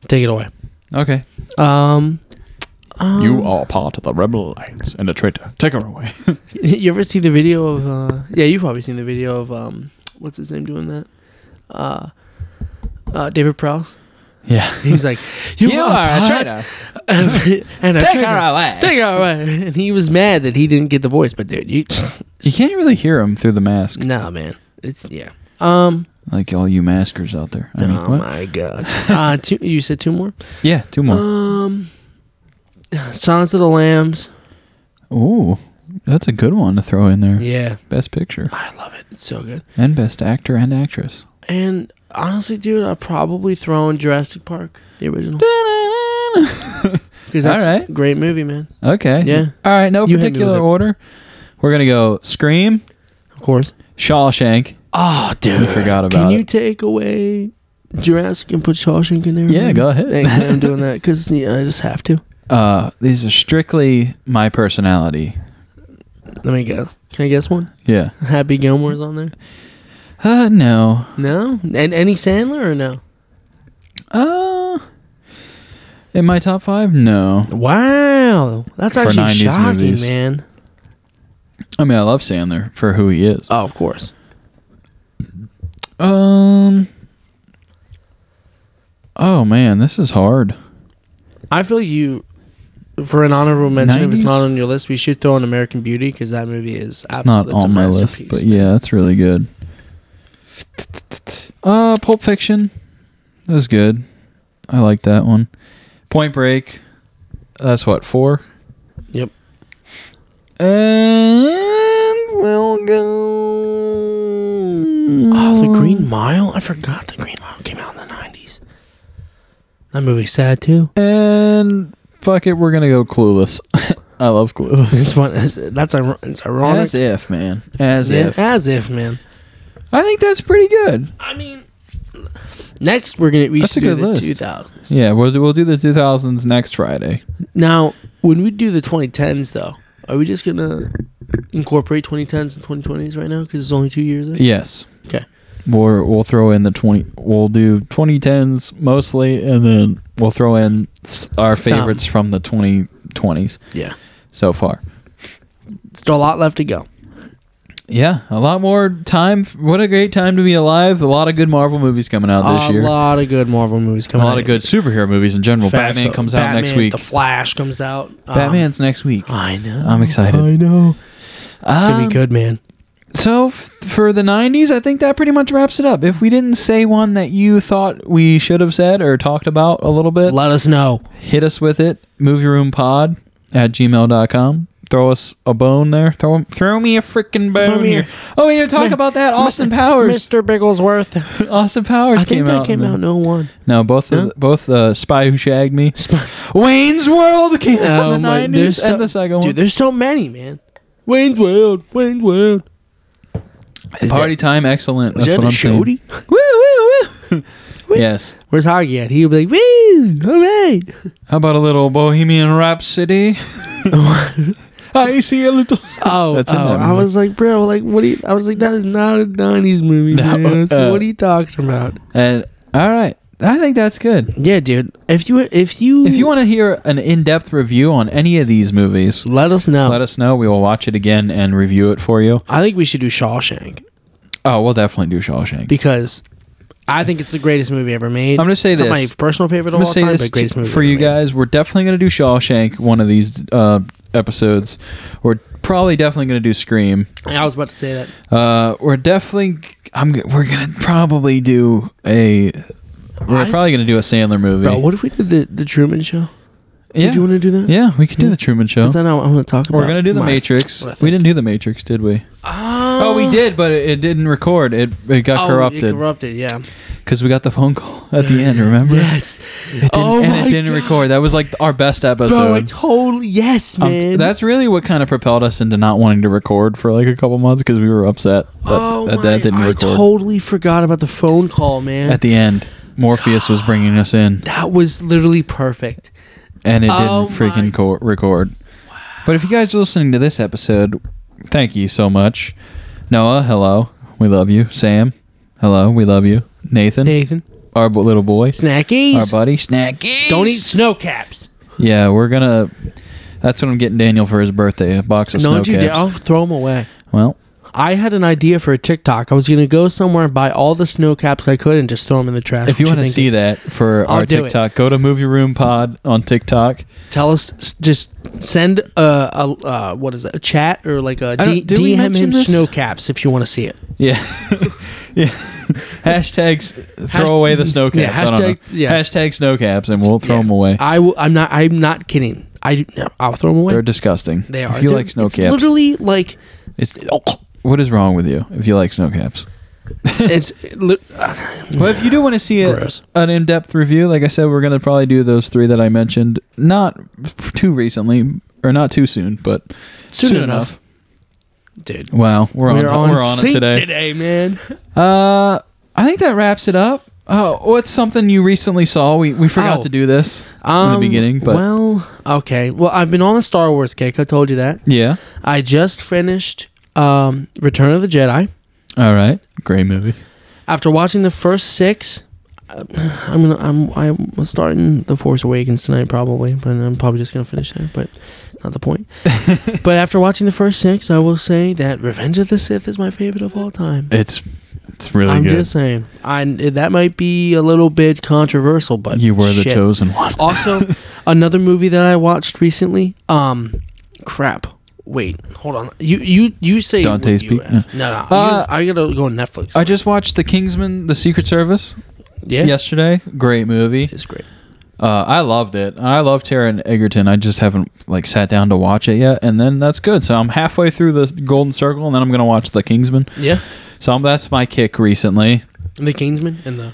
Speaker 2: Take it away.
Speaker 1: Okay.
Speaker 2: Um, um,
Speaker 1: you are part of the Rebel Alliance and a traitor. Take her away.
Speaker 2: You ever see the video of? Uh, yeah, you've probably seen the video of um, what's his name doing that? Uh, uh, David Prowse.
Speaker 1: Yeah.
Speaker 2: He's like, you, are a traitor, and a traitor.
Speaker 1: away.
Speaker 2: Take it away. And he was mad that he didn't get the voice, but dude, you,
Speaker 1: You can't really hear him through the mask,
Speaker 2: nah, man, it's yeah. Um,
Speaker 1: like all you maskers out there. I mean,
Speaker 2: oh
Speaker 1: what?
Speaker 2: my god. Uh, two, you said two more.
Speaker 1: Yeah, two more.
Speaker 2: Um, Silence of the Lambs.
Speaker 1: Ooh, that's a good one to throw in there.
Speaker 2: Yeah,
Speaker 1: Best picture
Speaker 2: I love it. It's so good.
Speaker 1: and best actor and actress.
Speaker 2: And honestly, dude, I probably throw in Jurassic Park, the original, because that's
Speaker 1: All right.
Speaker 2: a great movie, man.
Speaker 1: okay.
Speaker 2: Yeah.
Speaker 1: All right. No
Speaker 2: You hit me
Speaker 1: particular
Speaker 2: with it.
Speaker 1: order. We're gonna go Scream,
Speaker 2: Of course.
Speaker 1: Shawshank.
Speaker 2: Oh, dude,
Speaker 1: We forgot about
Speaker 2: Can you
Speaker 1: it.
Speaker 2: take away Jurassic and put Shawshank in there?
Speaker 1: Yeah,
Speaker 2: man?
Speaker 1: go ahead.
Speaker 2: Thanks, man. I'm doing that because yeah, I just have to.
Speaker 1: Uh, these are strictly my personality.
Speaker 2: Let me guess. Can I guess one?
Speaker 1: Yeah.
Speaker 2: Happy Gilmore's on there.
Speaker 1: Uh, no.
Speaker 2: No, and any Sandler or no?
Speaker 1: Uh, in my top five, no.
Speaker 2: Wow, that's
Speaker 1: For
Speaker 2: actually
Speaker 1: 90s
Speaker 2: shocking,
Speaker 1: movies.
Speaker 2: man.
Speaker 1: I mean, I love Sandler for who he is.
Speaker 2: Oh, of course.
Speaker 1: Um. Oh man, this is hard.
Speaker 2: I feel like you, for an honorable mention, if it's
Speaker 1: 90s?
Speaker 2: not on your list, we should throw in American Beauty because that movie is
Speaker 1: It's not
Speaker 2: absolutely
Speaker 1: on my list, but yeah, it's really good. Uh, Pulp Fiction. That was good. I like that one. Point Break. That's what four.
Speaker 2: Yep.
Speaker 1: And we'll go.
Speaker 2: Oh, The Green Mile. I forgot The Green Mile came out in the nineties. That movie's sad too.
Speaker 1: And fuck it, we're gonna go Clueless. I love Clueless.
Speaker 2: It's fun. It's, that's ir- it's ironic.
Speaker 1: As if, man. As
Speaker 2: Yeah,
Speaker 1: if.
Speaker 2: as if, man.
Speaker 1: I think that's pretty good.
Speaker 2: I mean, next we're gonna we
Speaker 1: That's
Speaker 2: should
Speaker 1: a
Speaker 2: do
Speaker 1: good
Speaker 2: the
Speaker 1: list.
Speaker 2: two thousands.
Speaker 1: Yeah, we'll do, we'll do the 2000s next Friday.
Speaker 2: Now, when we do the twenty tens, though, are we just gonna incorporate twenty tens and twenty twenties right now because it's only two years? In?
Speaker 1: Yes.
Speaker 2: Okay.
Speaker 1: We'll we'll throw in the 20 we'll do 2010s mostly and then we'll throw in s- our
Speaker 2: Some.
Speaker 1: favorites from the 2020s
Speaker 2: Yeah.
Speaker 1: so far.
Speaker 2: Still a lot left to go.
Speaker 1: Yeah, a lot more time. What a great time to be alive. A lot of good Marvel movies coming out this
Speaker 2: a
Speaker 1: year.
Speaker 2: lot of good Marvel movies
Speaker 1: a
Speaker 2: coming.
Speaker 1: lot of good superhero movies in general. Batman comes out next week.
Speaker 2: The Flash comes out. Um,
Speaker 1: Batman's next week.
Speaker 2: I know.
Speaker 1: I'm excited.
Speaker 2: I know. It's gonna
Speaker 1: Um,
Speaker 2: be good, man.
Speaker 1: So f- for the 90s, I think that pretty much wraps it up. If we didn't say one that you thought we should have said or talked about a little bit,
Speaker 2: Let us know.
Speaker 1: hit us with it. Movieroompod at gmail.com. Throw us a bone there. Throw throw me a freaking
Speaker 2: Throw
Speaker 1: bone
Speaker 2: me
Speaker 1: here.
Speaker 2: a-
Speaker 1: Oh, we didn't talk about that. Austin Powers.
Speaker 2: Mr. Bigglesworth.
Speaker 1: Austin Powers
Speaker 2: I think
Speaker 1: came
Speaker 2: that
Speaker 1: out.
Speaker 2: came
Speaker 1: in the-
Speaker 2: out no one.
Speaker 1: No, both
Speaker 2: No?
Speaker 1: the both uh, Spy Who Shagged Me, Wayne's World came out in the
Speaker 2: Oh my-
Speaker 1: nineties,
Speaker 2: there's so-
Speaker 1: and the second
Speaker 2: Dude, there's so many, man. Wayne's World, Wayne's World.
Speaker 1: one. Party time, excellent.
Speaker 2: Is
Speaker 1: That's
Speaker 2: that
Speaker 1: what
Speaker 2: a
Speaker 1: I'm saying.
Speaker 2: shorty?
Speaker 1: Woo woo woo.
Speaker 2: Wait.
Speaker 1: yes.
Speaker 2: Where's Hoggy at? He'll be like, woo, all right.
Speaker 1: How about a little Bohemian Rhapsody? I see a little.
Speaker 2: Oh,
Speaker 1: That's in
Speaker 2: oh,
Speaker 1: that
Speaker 2: I
Speaker 1: movie.
Speaker 2: was like, bro, like, what do you, I was like, that is not a 90s movie,
Speaker 1: No,
Speaker 2: man. I was like,
Speaker 1: uh,
Speaker 2: what are you talking about?
Speaker 1: And all right, I think that's good.
Speaker 2: Yeah, dude. If you, if you,
Speaker 1: If you want to hear an in-depth review on any of these movies,
Speaker 2: let us know.
Speaker 1: let us know. We will watch it again and review it for you.
Speaker 2: I think we should do Shawshank
Speaker 1: Oh, we'll definitely do Shawshank.
Speaker 2: because I think it's the greatest movie ever made.
Speaker 1: I'm gonna say
Speaker 2: it's not
Speaker 1: this.
Speaker 2: my personal favorite
Speaker 1: I'm gonna
Speaker 2: of all
Speaker 1: say
Speaker 2: time,
Speaker 1: this
Speaker 2: but greatest
Speaker 1: t-
Speaker 2: movie
Speaker 1: for
Speaker 2: ever
Speaker 1: you
Speaker 2: made.
Speaker 1: guys. We're definitely gonna do Shawshank one of these uh, episodes. We're probably definitely gonna do Scream.
Speaker 2: I was about to say that.
Speaker 1: Uh, we're definitely. I'm. g- We're gonna probably do a. We're
Speaker 2: I-
Speaker 1: probably gonna do a Sandler movie.
Speaker 2: Bro, what if we did the, the Truman Show?
Speaker 1: yeah.
Speaker 2: Did you want to do that?
Speaker 1: yeah, we can do the Truman Show.
Speaker 2: Is that not what I want to talk about?
Speaker 1: We're gonna do the
Speaker 2: My-
Speaker 1: Matrix.
Speaker 2: what I think.
Speaker 1: We didn't do the Matrix, did we? Oh, we did, but it, it didn't record. It it got
Speaker 2: Uh. Oh, It
Speaker 1: corrupted
Speaker 2: corrupted, yeah.
Speaker 1: because we got the phone call at the end. Remember?
Speaker 2: Yes.
Speaker 1: It didn't,
Speaker 2: Oh
Speaker 1: and
Speaker 2: my
Speaker 1: it didn't
Speaker 2: God.
Speaker 1: record. That was like our best episode.
Speaker 2: Bro, I totally yes,
Speaker 1: Um,
Speaker 2: man.
Speaker 1: that's really what kind of propelled us into not wanting to record for like a couple months because we were upset that
Speaker 2: oh
Speaker 1: that,
Speaker 2: my,
Speaker 1: that didn't
Speaker 2: I
Speaker 1: record.
Speaker 2: totally forgot about the phone call, man.
Speaker 1: At the end, Morpheus was bringing us in,
Speaker 2: that was literally perfect.
Speaker 1: and it
Speaker 2: Oh
Speaker 1: didn't freaking
Speaker 2: my-
Speaker 1: co- record. But if you guys are listening to this episode, thank you so much. Noah, hello, we love you. Sam, hello, we love you. Nathan,
Speaker 2: Nathan,
Speaker 1: our bo- little boy, our
Speaker 2: snackies.
Speaker 1: buddy, Snacky.
Speaker 2: Don't eat snow caps.
Speaker 1: Yeah, we're gonna. That's what I'm getting Daniel for his birthday. A box of
Speaker 2: Don't
Speaker 1: snow
Speaker 2: you
Speaker 1: caps.
Speaker 2: dare! I'll throw them away.
Speaker 1: Well,
Speaker 2: I had an idea for a TikTok. I was gonna go somewhere and buy all the snow caps I could and just throw them in the trash.
Speaker 1: if you
Speaker 2: What
Speaker 1: want to see
Speaker 2: thinking?
Speaker 1: that for
Speaker 2: I'll
Speaker 1: our
Speaker 2: do it.
Speaker 1: TikTok, go to Movie Room Pod on TikTok.
Speaker 2: tell us. s- Just send a, a uh, what is it? A chat or like a
Speaker 1: I don't-
Speaker 2: D-
Speaker 1: did we
Speaker 2: DM
Speaker 1: mention
Speaker 2: him
Speaker 1: this?
Speaker 2: snow caps if you want to see it.
Speaker 1: Yeah, yeah. Hashtags throw
Speaker 2: Hash-
Speaker 1: away the snow caps.
Speaker 2: yeah,
Speaker 1: I don't know.
Speaker 2: hashtag- yeah.
Speaker 1: Hashtag snow caps, and we'll throw
Speaker 2: Yeah.
Speaker 1: them away.
Speaker 2: I will, I'm not. I'm not kidding. I I'll throw them away.
Speaker 1: They're disgusting.
Speaker 2: They are.
Speaker 1: If you
Speaker 2: They're-
Speaker 1: like snow
Speaker 2: it's
Speaker 1: caps,
Speaker 2: Literally, like
Speaker 1: it's, what is wrong with you? If you like snow caps,
Speaker 2: it's. li-
Speaker 1: well, if you do want to see a,
Speaker 2: Gross.
Speaker 1: an in-depth review, like I said, we're gonna probably do those three that I mentioned, not f- too recently or not too soon, but
Speaker 2: Soon, enough. dude.
Speaker 1: Wow, we're on, we're on, it
Speaker 2: sync
Speaker 1: today.
Speaker 2: man.
Speaker 1: Uh, I think that wraps it up. Oh, what's something you recently saw? We we forgot
Speaker 2: Oh.
Speaker 1: to do this.
Speaker 2: Um,
Speaker 1: beginning, but-
Speaker 2: well, okay. Well, I've been on the Star Wars kick. I told you that.
Speaker 1: Yeah.
Speaker 2: I just finished um, Return of the Jedi.
Speaker 1: All right. Great movie.
Speaker 2: After watching the first six, uh, I'm gonna I'm I'm starting the Force Awakens tonight probably, but I'm probably just gonna finish there. But not the point. but after watching the first six, I will say that Revenge of the Sith is my favorite of all time.
Speaker 1: It's it's really
Speaker 2: I'm
Speaker 1: good.
Speaker 2: just saying. I that might be a little bit controversial, but
Speaker 1: you were the
Speaker 2: shit.
Speaker 1: chosen one.
Speaker 2: also, another movie that I watched recently. Um, crap. Wait, hold on. You you you say what
Speaker 1: Dante's
Speaker 2: you
Speaker 1: Peak?
Speaker 2: have. No, no.
Speaker 1: Uh,
Speaker 2: you- I gotta go on Netflix.
Speaker 1: I just watched The Kingsman: The Secret Service
Speaker 2: yeah,
Speaker 1: yesterday. Great movie.
Speaker 2: it's great.
Speaker 1: Uh, I loved it. I love Taron Egerton. I just haven't like sat down to watch it yet. And then that's good. So I'm halfway through the Golden Circle, and then I'm gonna watch The Kingsman.
Speaker 2: Yeah,
Speaker 1: So I'm, that's my kick recently,
Speaker 2: and the Kingsman and the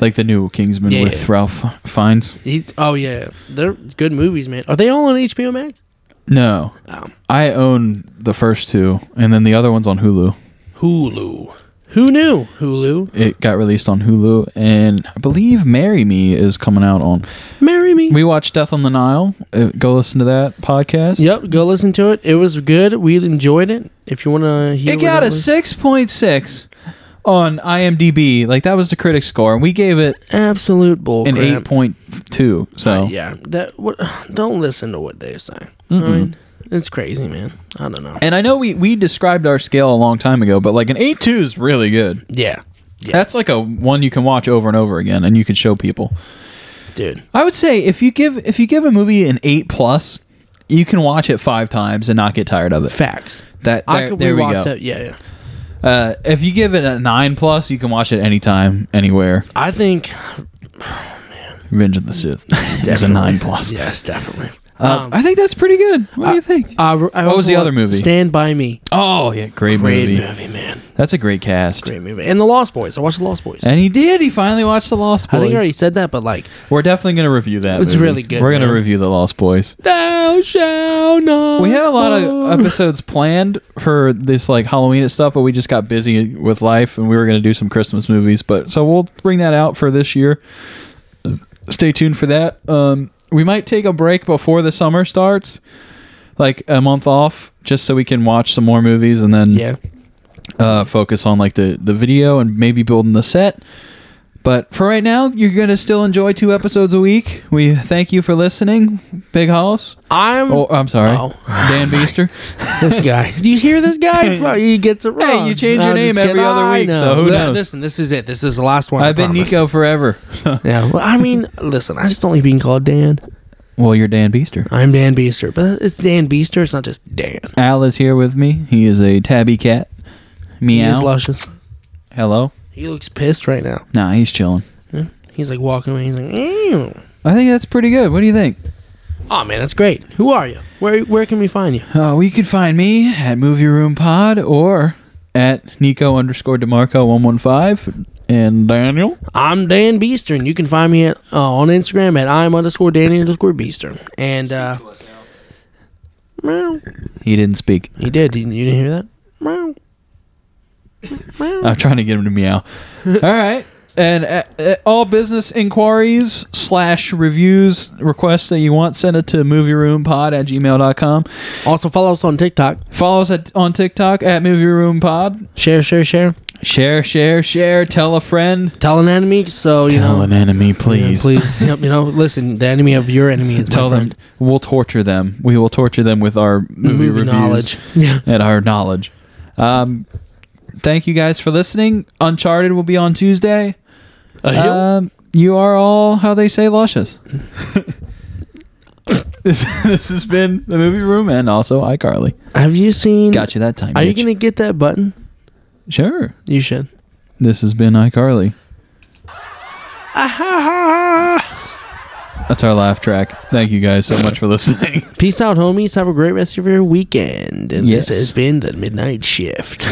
Speaker 1: like the new Kingsman
Speaker 2: Yeah,
Speaker 1: with
Speaker 2: yeah.
Speaker 1: Ralph Fiennes.
Speaker 2: he's oh yeah, they're good movies, man. Are they all on HBO Max?
Speaker 1: No,
Speaker 2: Um,
Speaker 1: I own the first two, and then the other one's on Hulu.
Speaker 2: Hulu. Who knew Hulu?
Speaker 1: It got released on Hulu, and I believe "Marry Me" is coming out on.
Speaker 2: Marry me.
Speaker 1: We watched "Death on the Nile." Uh, go listen to that podcast.
Speaker 2: Yep, go listen to it. It was good. We enjoyed it. If you want to hear,
Speaker 1: it
Speaker 2: what
Speaker 1: got a
Speaker 2: was-
Speaker 1: six point six on IMDb. Like that was the critic score, and we gave it
Speaker 2: absolute bull.
Speaker 1: an
Speaker 2: Oh, crap.
Speaker 1: eight point two. So
Speaker 2: Uh, yeah, that what, don't listen to what they say.
Speaker 1: Mm-mm.
Speaker 2: Alright? It's crazy, man. I don't know.
Speaker 1: And I know we we described our scale a long time ago, but like an A two is really good.
Speaker 2: Yeah. Yeah.
Speaker 1: That's like a one you can watch over and over again, and you can show people.
Speaker 2: Dude.
Speaker 1: I would say if you give if you give a movie an eight plus, you can watch it five times and not get tired of it.
Speaker 2: Facts.
Speaker 1: That there,
Speaker 2: I could
Speaker 1: there we
Speaker 2: rewatch
Speaker 1: go.
Speaker 2: that. Yeah, yeah.
Speaker 1: Uh, if you give it a nine plus, you can watch it anytime, anywhere.
Speaker 2: I think
Speaker 1: Revenge of the Sith is a
Speaker 2: Definitely.
Speaker 1: nine plus.
Speaker 2: yes, definitely.
Speaker 1: Uh,
Speaker 2: Um,
Speaker 1: I think that's pretty good. What do you think?
Speaker 2: Uh, I
Speaker 1: was
Speaker 2: also
Speaker 1: the
Speaker 2: want-
Speaker 1: other movie?
Speaker 2: Stand by Me.
Speaker 1: oh yeah, great,
Speaker 2: Great
Speaker 1: movie.
Speaker 2: movie. man.
Speaker 1: That's a great cast.
Speaker 2: Great movie. And The Lost Boys. I watched The Lost Boys.
Speaker 1: And he did. He finally watched The Lost Boys.
Speaker 2: I think I already said that, but like,
Speaker 1: We're definitely going to review that.
Speaker 2: It's
Speaker 1: movie.
Speaker 2: really good,
Speaker 1: We're to
Speaker 2: man.
Speaker 1: review The Lost Boys.
Speaker 2: thou shalt not.
Speaker 1: We had a lot of
Speaker 2: burn.
Speaker 1: episodes planned for this like Halloween and stuff, but we just got busy with life and we were going to do some Christmas movies. But so we'll bring that out for this year. Stay tuned for that. Um, we might take a break before the summer starts, like a month off, just so we can watch some more movies and then
Speaker 2: yeah.
Speaker 1: uh, focus on like the the video and maybe building the set. But for right now, you're gonna still enjoy two episodes a week. We thank you for listening, Big Halls.
Speaker 2: I'm
Speaker 1: Oh, I'm sorry,
Speaker 2: Oh.
Speaker 1: Dan Beester.
Speaker 2: this guy. Do you hear this guy? Fuck, he gets it wrong.
Speaker 1: you change
Speaker 2: No,
Speaker 1: your
Speaker 2: I'm just
Speaker 1: name every
Speaker 2: kidding.
Speaker 1: other
Speaker 2: I
Speaker 1: week,
Speaker 2: know.
Speaker 1: so who
Speaker 2: Li-
Speaker 1: knows?
Speaker 2: Listen, this is it. This is the last one. I
Speaker 1: I've been
Speaker 2: promise.
Speaker 1: Nico forever.
Speaker 2: Yeah. Well, I mean, listen, I just don't like being called Dan.
Speaker 1: well, you're Dan Beester.
Speaker 2: I'm Dan Beester, but it's Dan Beester. It's not just Dan.
Speaker 1: Al is here with me. He is a tabby cat.
Speaker 2: He
Speaker 1: Meow.
Speaker 2: is luscious.
Speaker 1: Hello.
Speaker 2: He looks pissed right now.
Speaker 1: Nah, he's chilling.
Speaker 2: He's like walking away. He's like, Ew.
Speaker 1: I think that's pretty good. What do you think?
Speaker 2: Oh man, that's great. Who are you? Where where can we find you?
Speaker 1: Uh, well, you can find me at Movie Room Pod or at Nico underscore Demarco one one five and Daniel.
Speaker 2: I'm Dan Beastern. You can find me at, uh, on Instagram at I'm underscore Danny underscore Beastern. And uh, meow.
Speaker 1: He didn't speak.
Speaker 2: he did. Didn't you didn't hear that? Meow.
Speaker 1: I'm trying to get him to meow. all right. And uh, uh, all business inquiries slash reviews requests that you want, send it to movieroompod at gmail.com.
Speaker 2: Also follow us on TikTok.
Speaker 1: Follow us at, on TikTok at Movie Room Pod.
Speaker 2: Share, share, share.
Speaker 1: Share, share, share. Tell a friend.
Speaker 2: Tell an enemy. So you know,
Speaker 1: enemy,
Speaker 2: you know, please. Yep, you know, listen. The enemy of your enemy is
Speaker 1: Tell
Speaker 2: my
Speaker 1: them
Speaker 2: friend.
Speaker 1: we'll torture them. We will torture them with our movie,
Speaker 2: Movie
Speaker 1: reviews
Speaker 2: knowledge. Yeah.
Speaker 1: and our knowledge. Um, thank you guys for listening. Uncharted will be on Tuesday.
Speaker 2: Uh,
Speaker 1: Um, you are all how they say luscious. this, this has been the movie room and also iCarly.
Speaker 2: Have you seen?
Speaker 1: Got you that time.
Speaker 2: Are you
Speaker 1: bitch.
Speaker 2: gonna get that button?
Speaker 1: Sure.
Speaker 2: You should.
Speaker 1: This has been iCarly.
Speaker 2: Ah,
Speaker 1: That's our laugh track. Thank you guys so much for listening.
Speaker 2: Peace out, homies. Have a great rest of your weekend. And
Speaker 1: Yes.
Speaker 2: this has been the Midnight Shift.